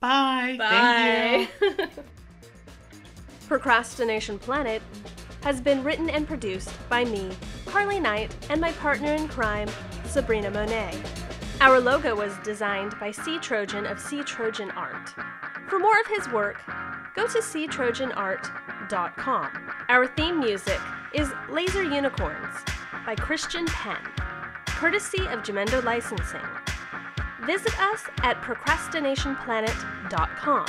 [SPEAKER 2] Bye. Thank you.
[SPEAKER 1] Bye. [LAUGHS] Procrastination Planet has been written and produced by me, Carly Knight, and my partner in crime, Sabrina Monet. Our logo was designed by C Trojan of C Trojan Art. For more of his work, go to ctrojanart.com. Our theme music is Laser Unicorns by Christian Penn, courtesy of Gemendo Licensing. Visit us at procrastinationplanet.com.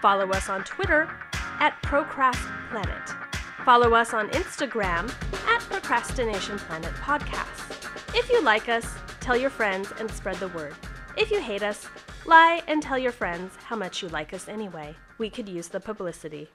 [SPEAKER 1] Follow us on Twitter at procrastplanet. Follow us on Instagram at procrastinationplanetpodcast. If you like us, tell your friends and spread the word. If you hate us, lie and tell your friends how much you like us anyway. We could use the publicity.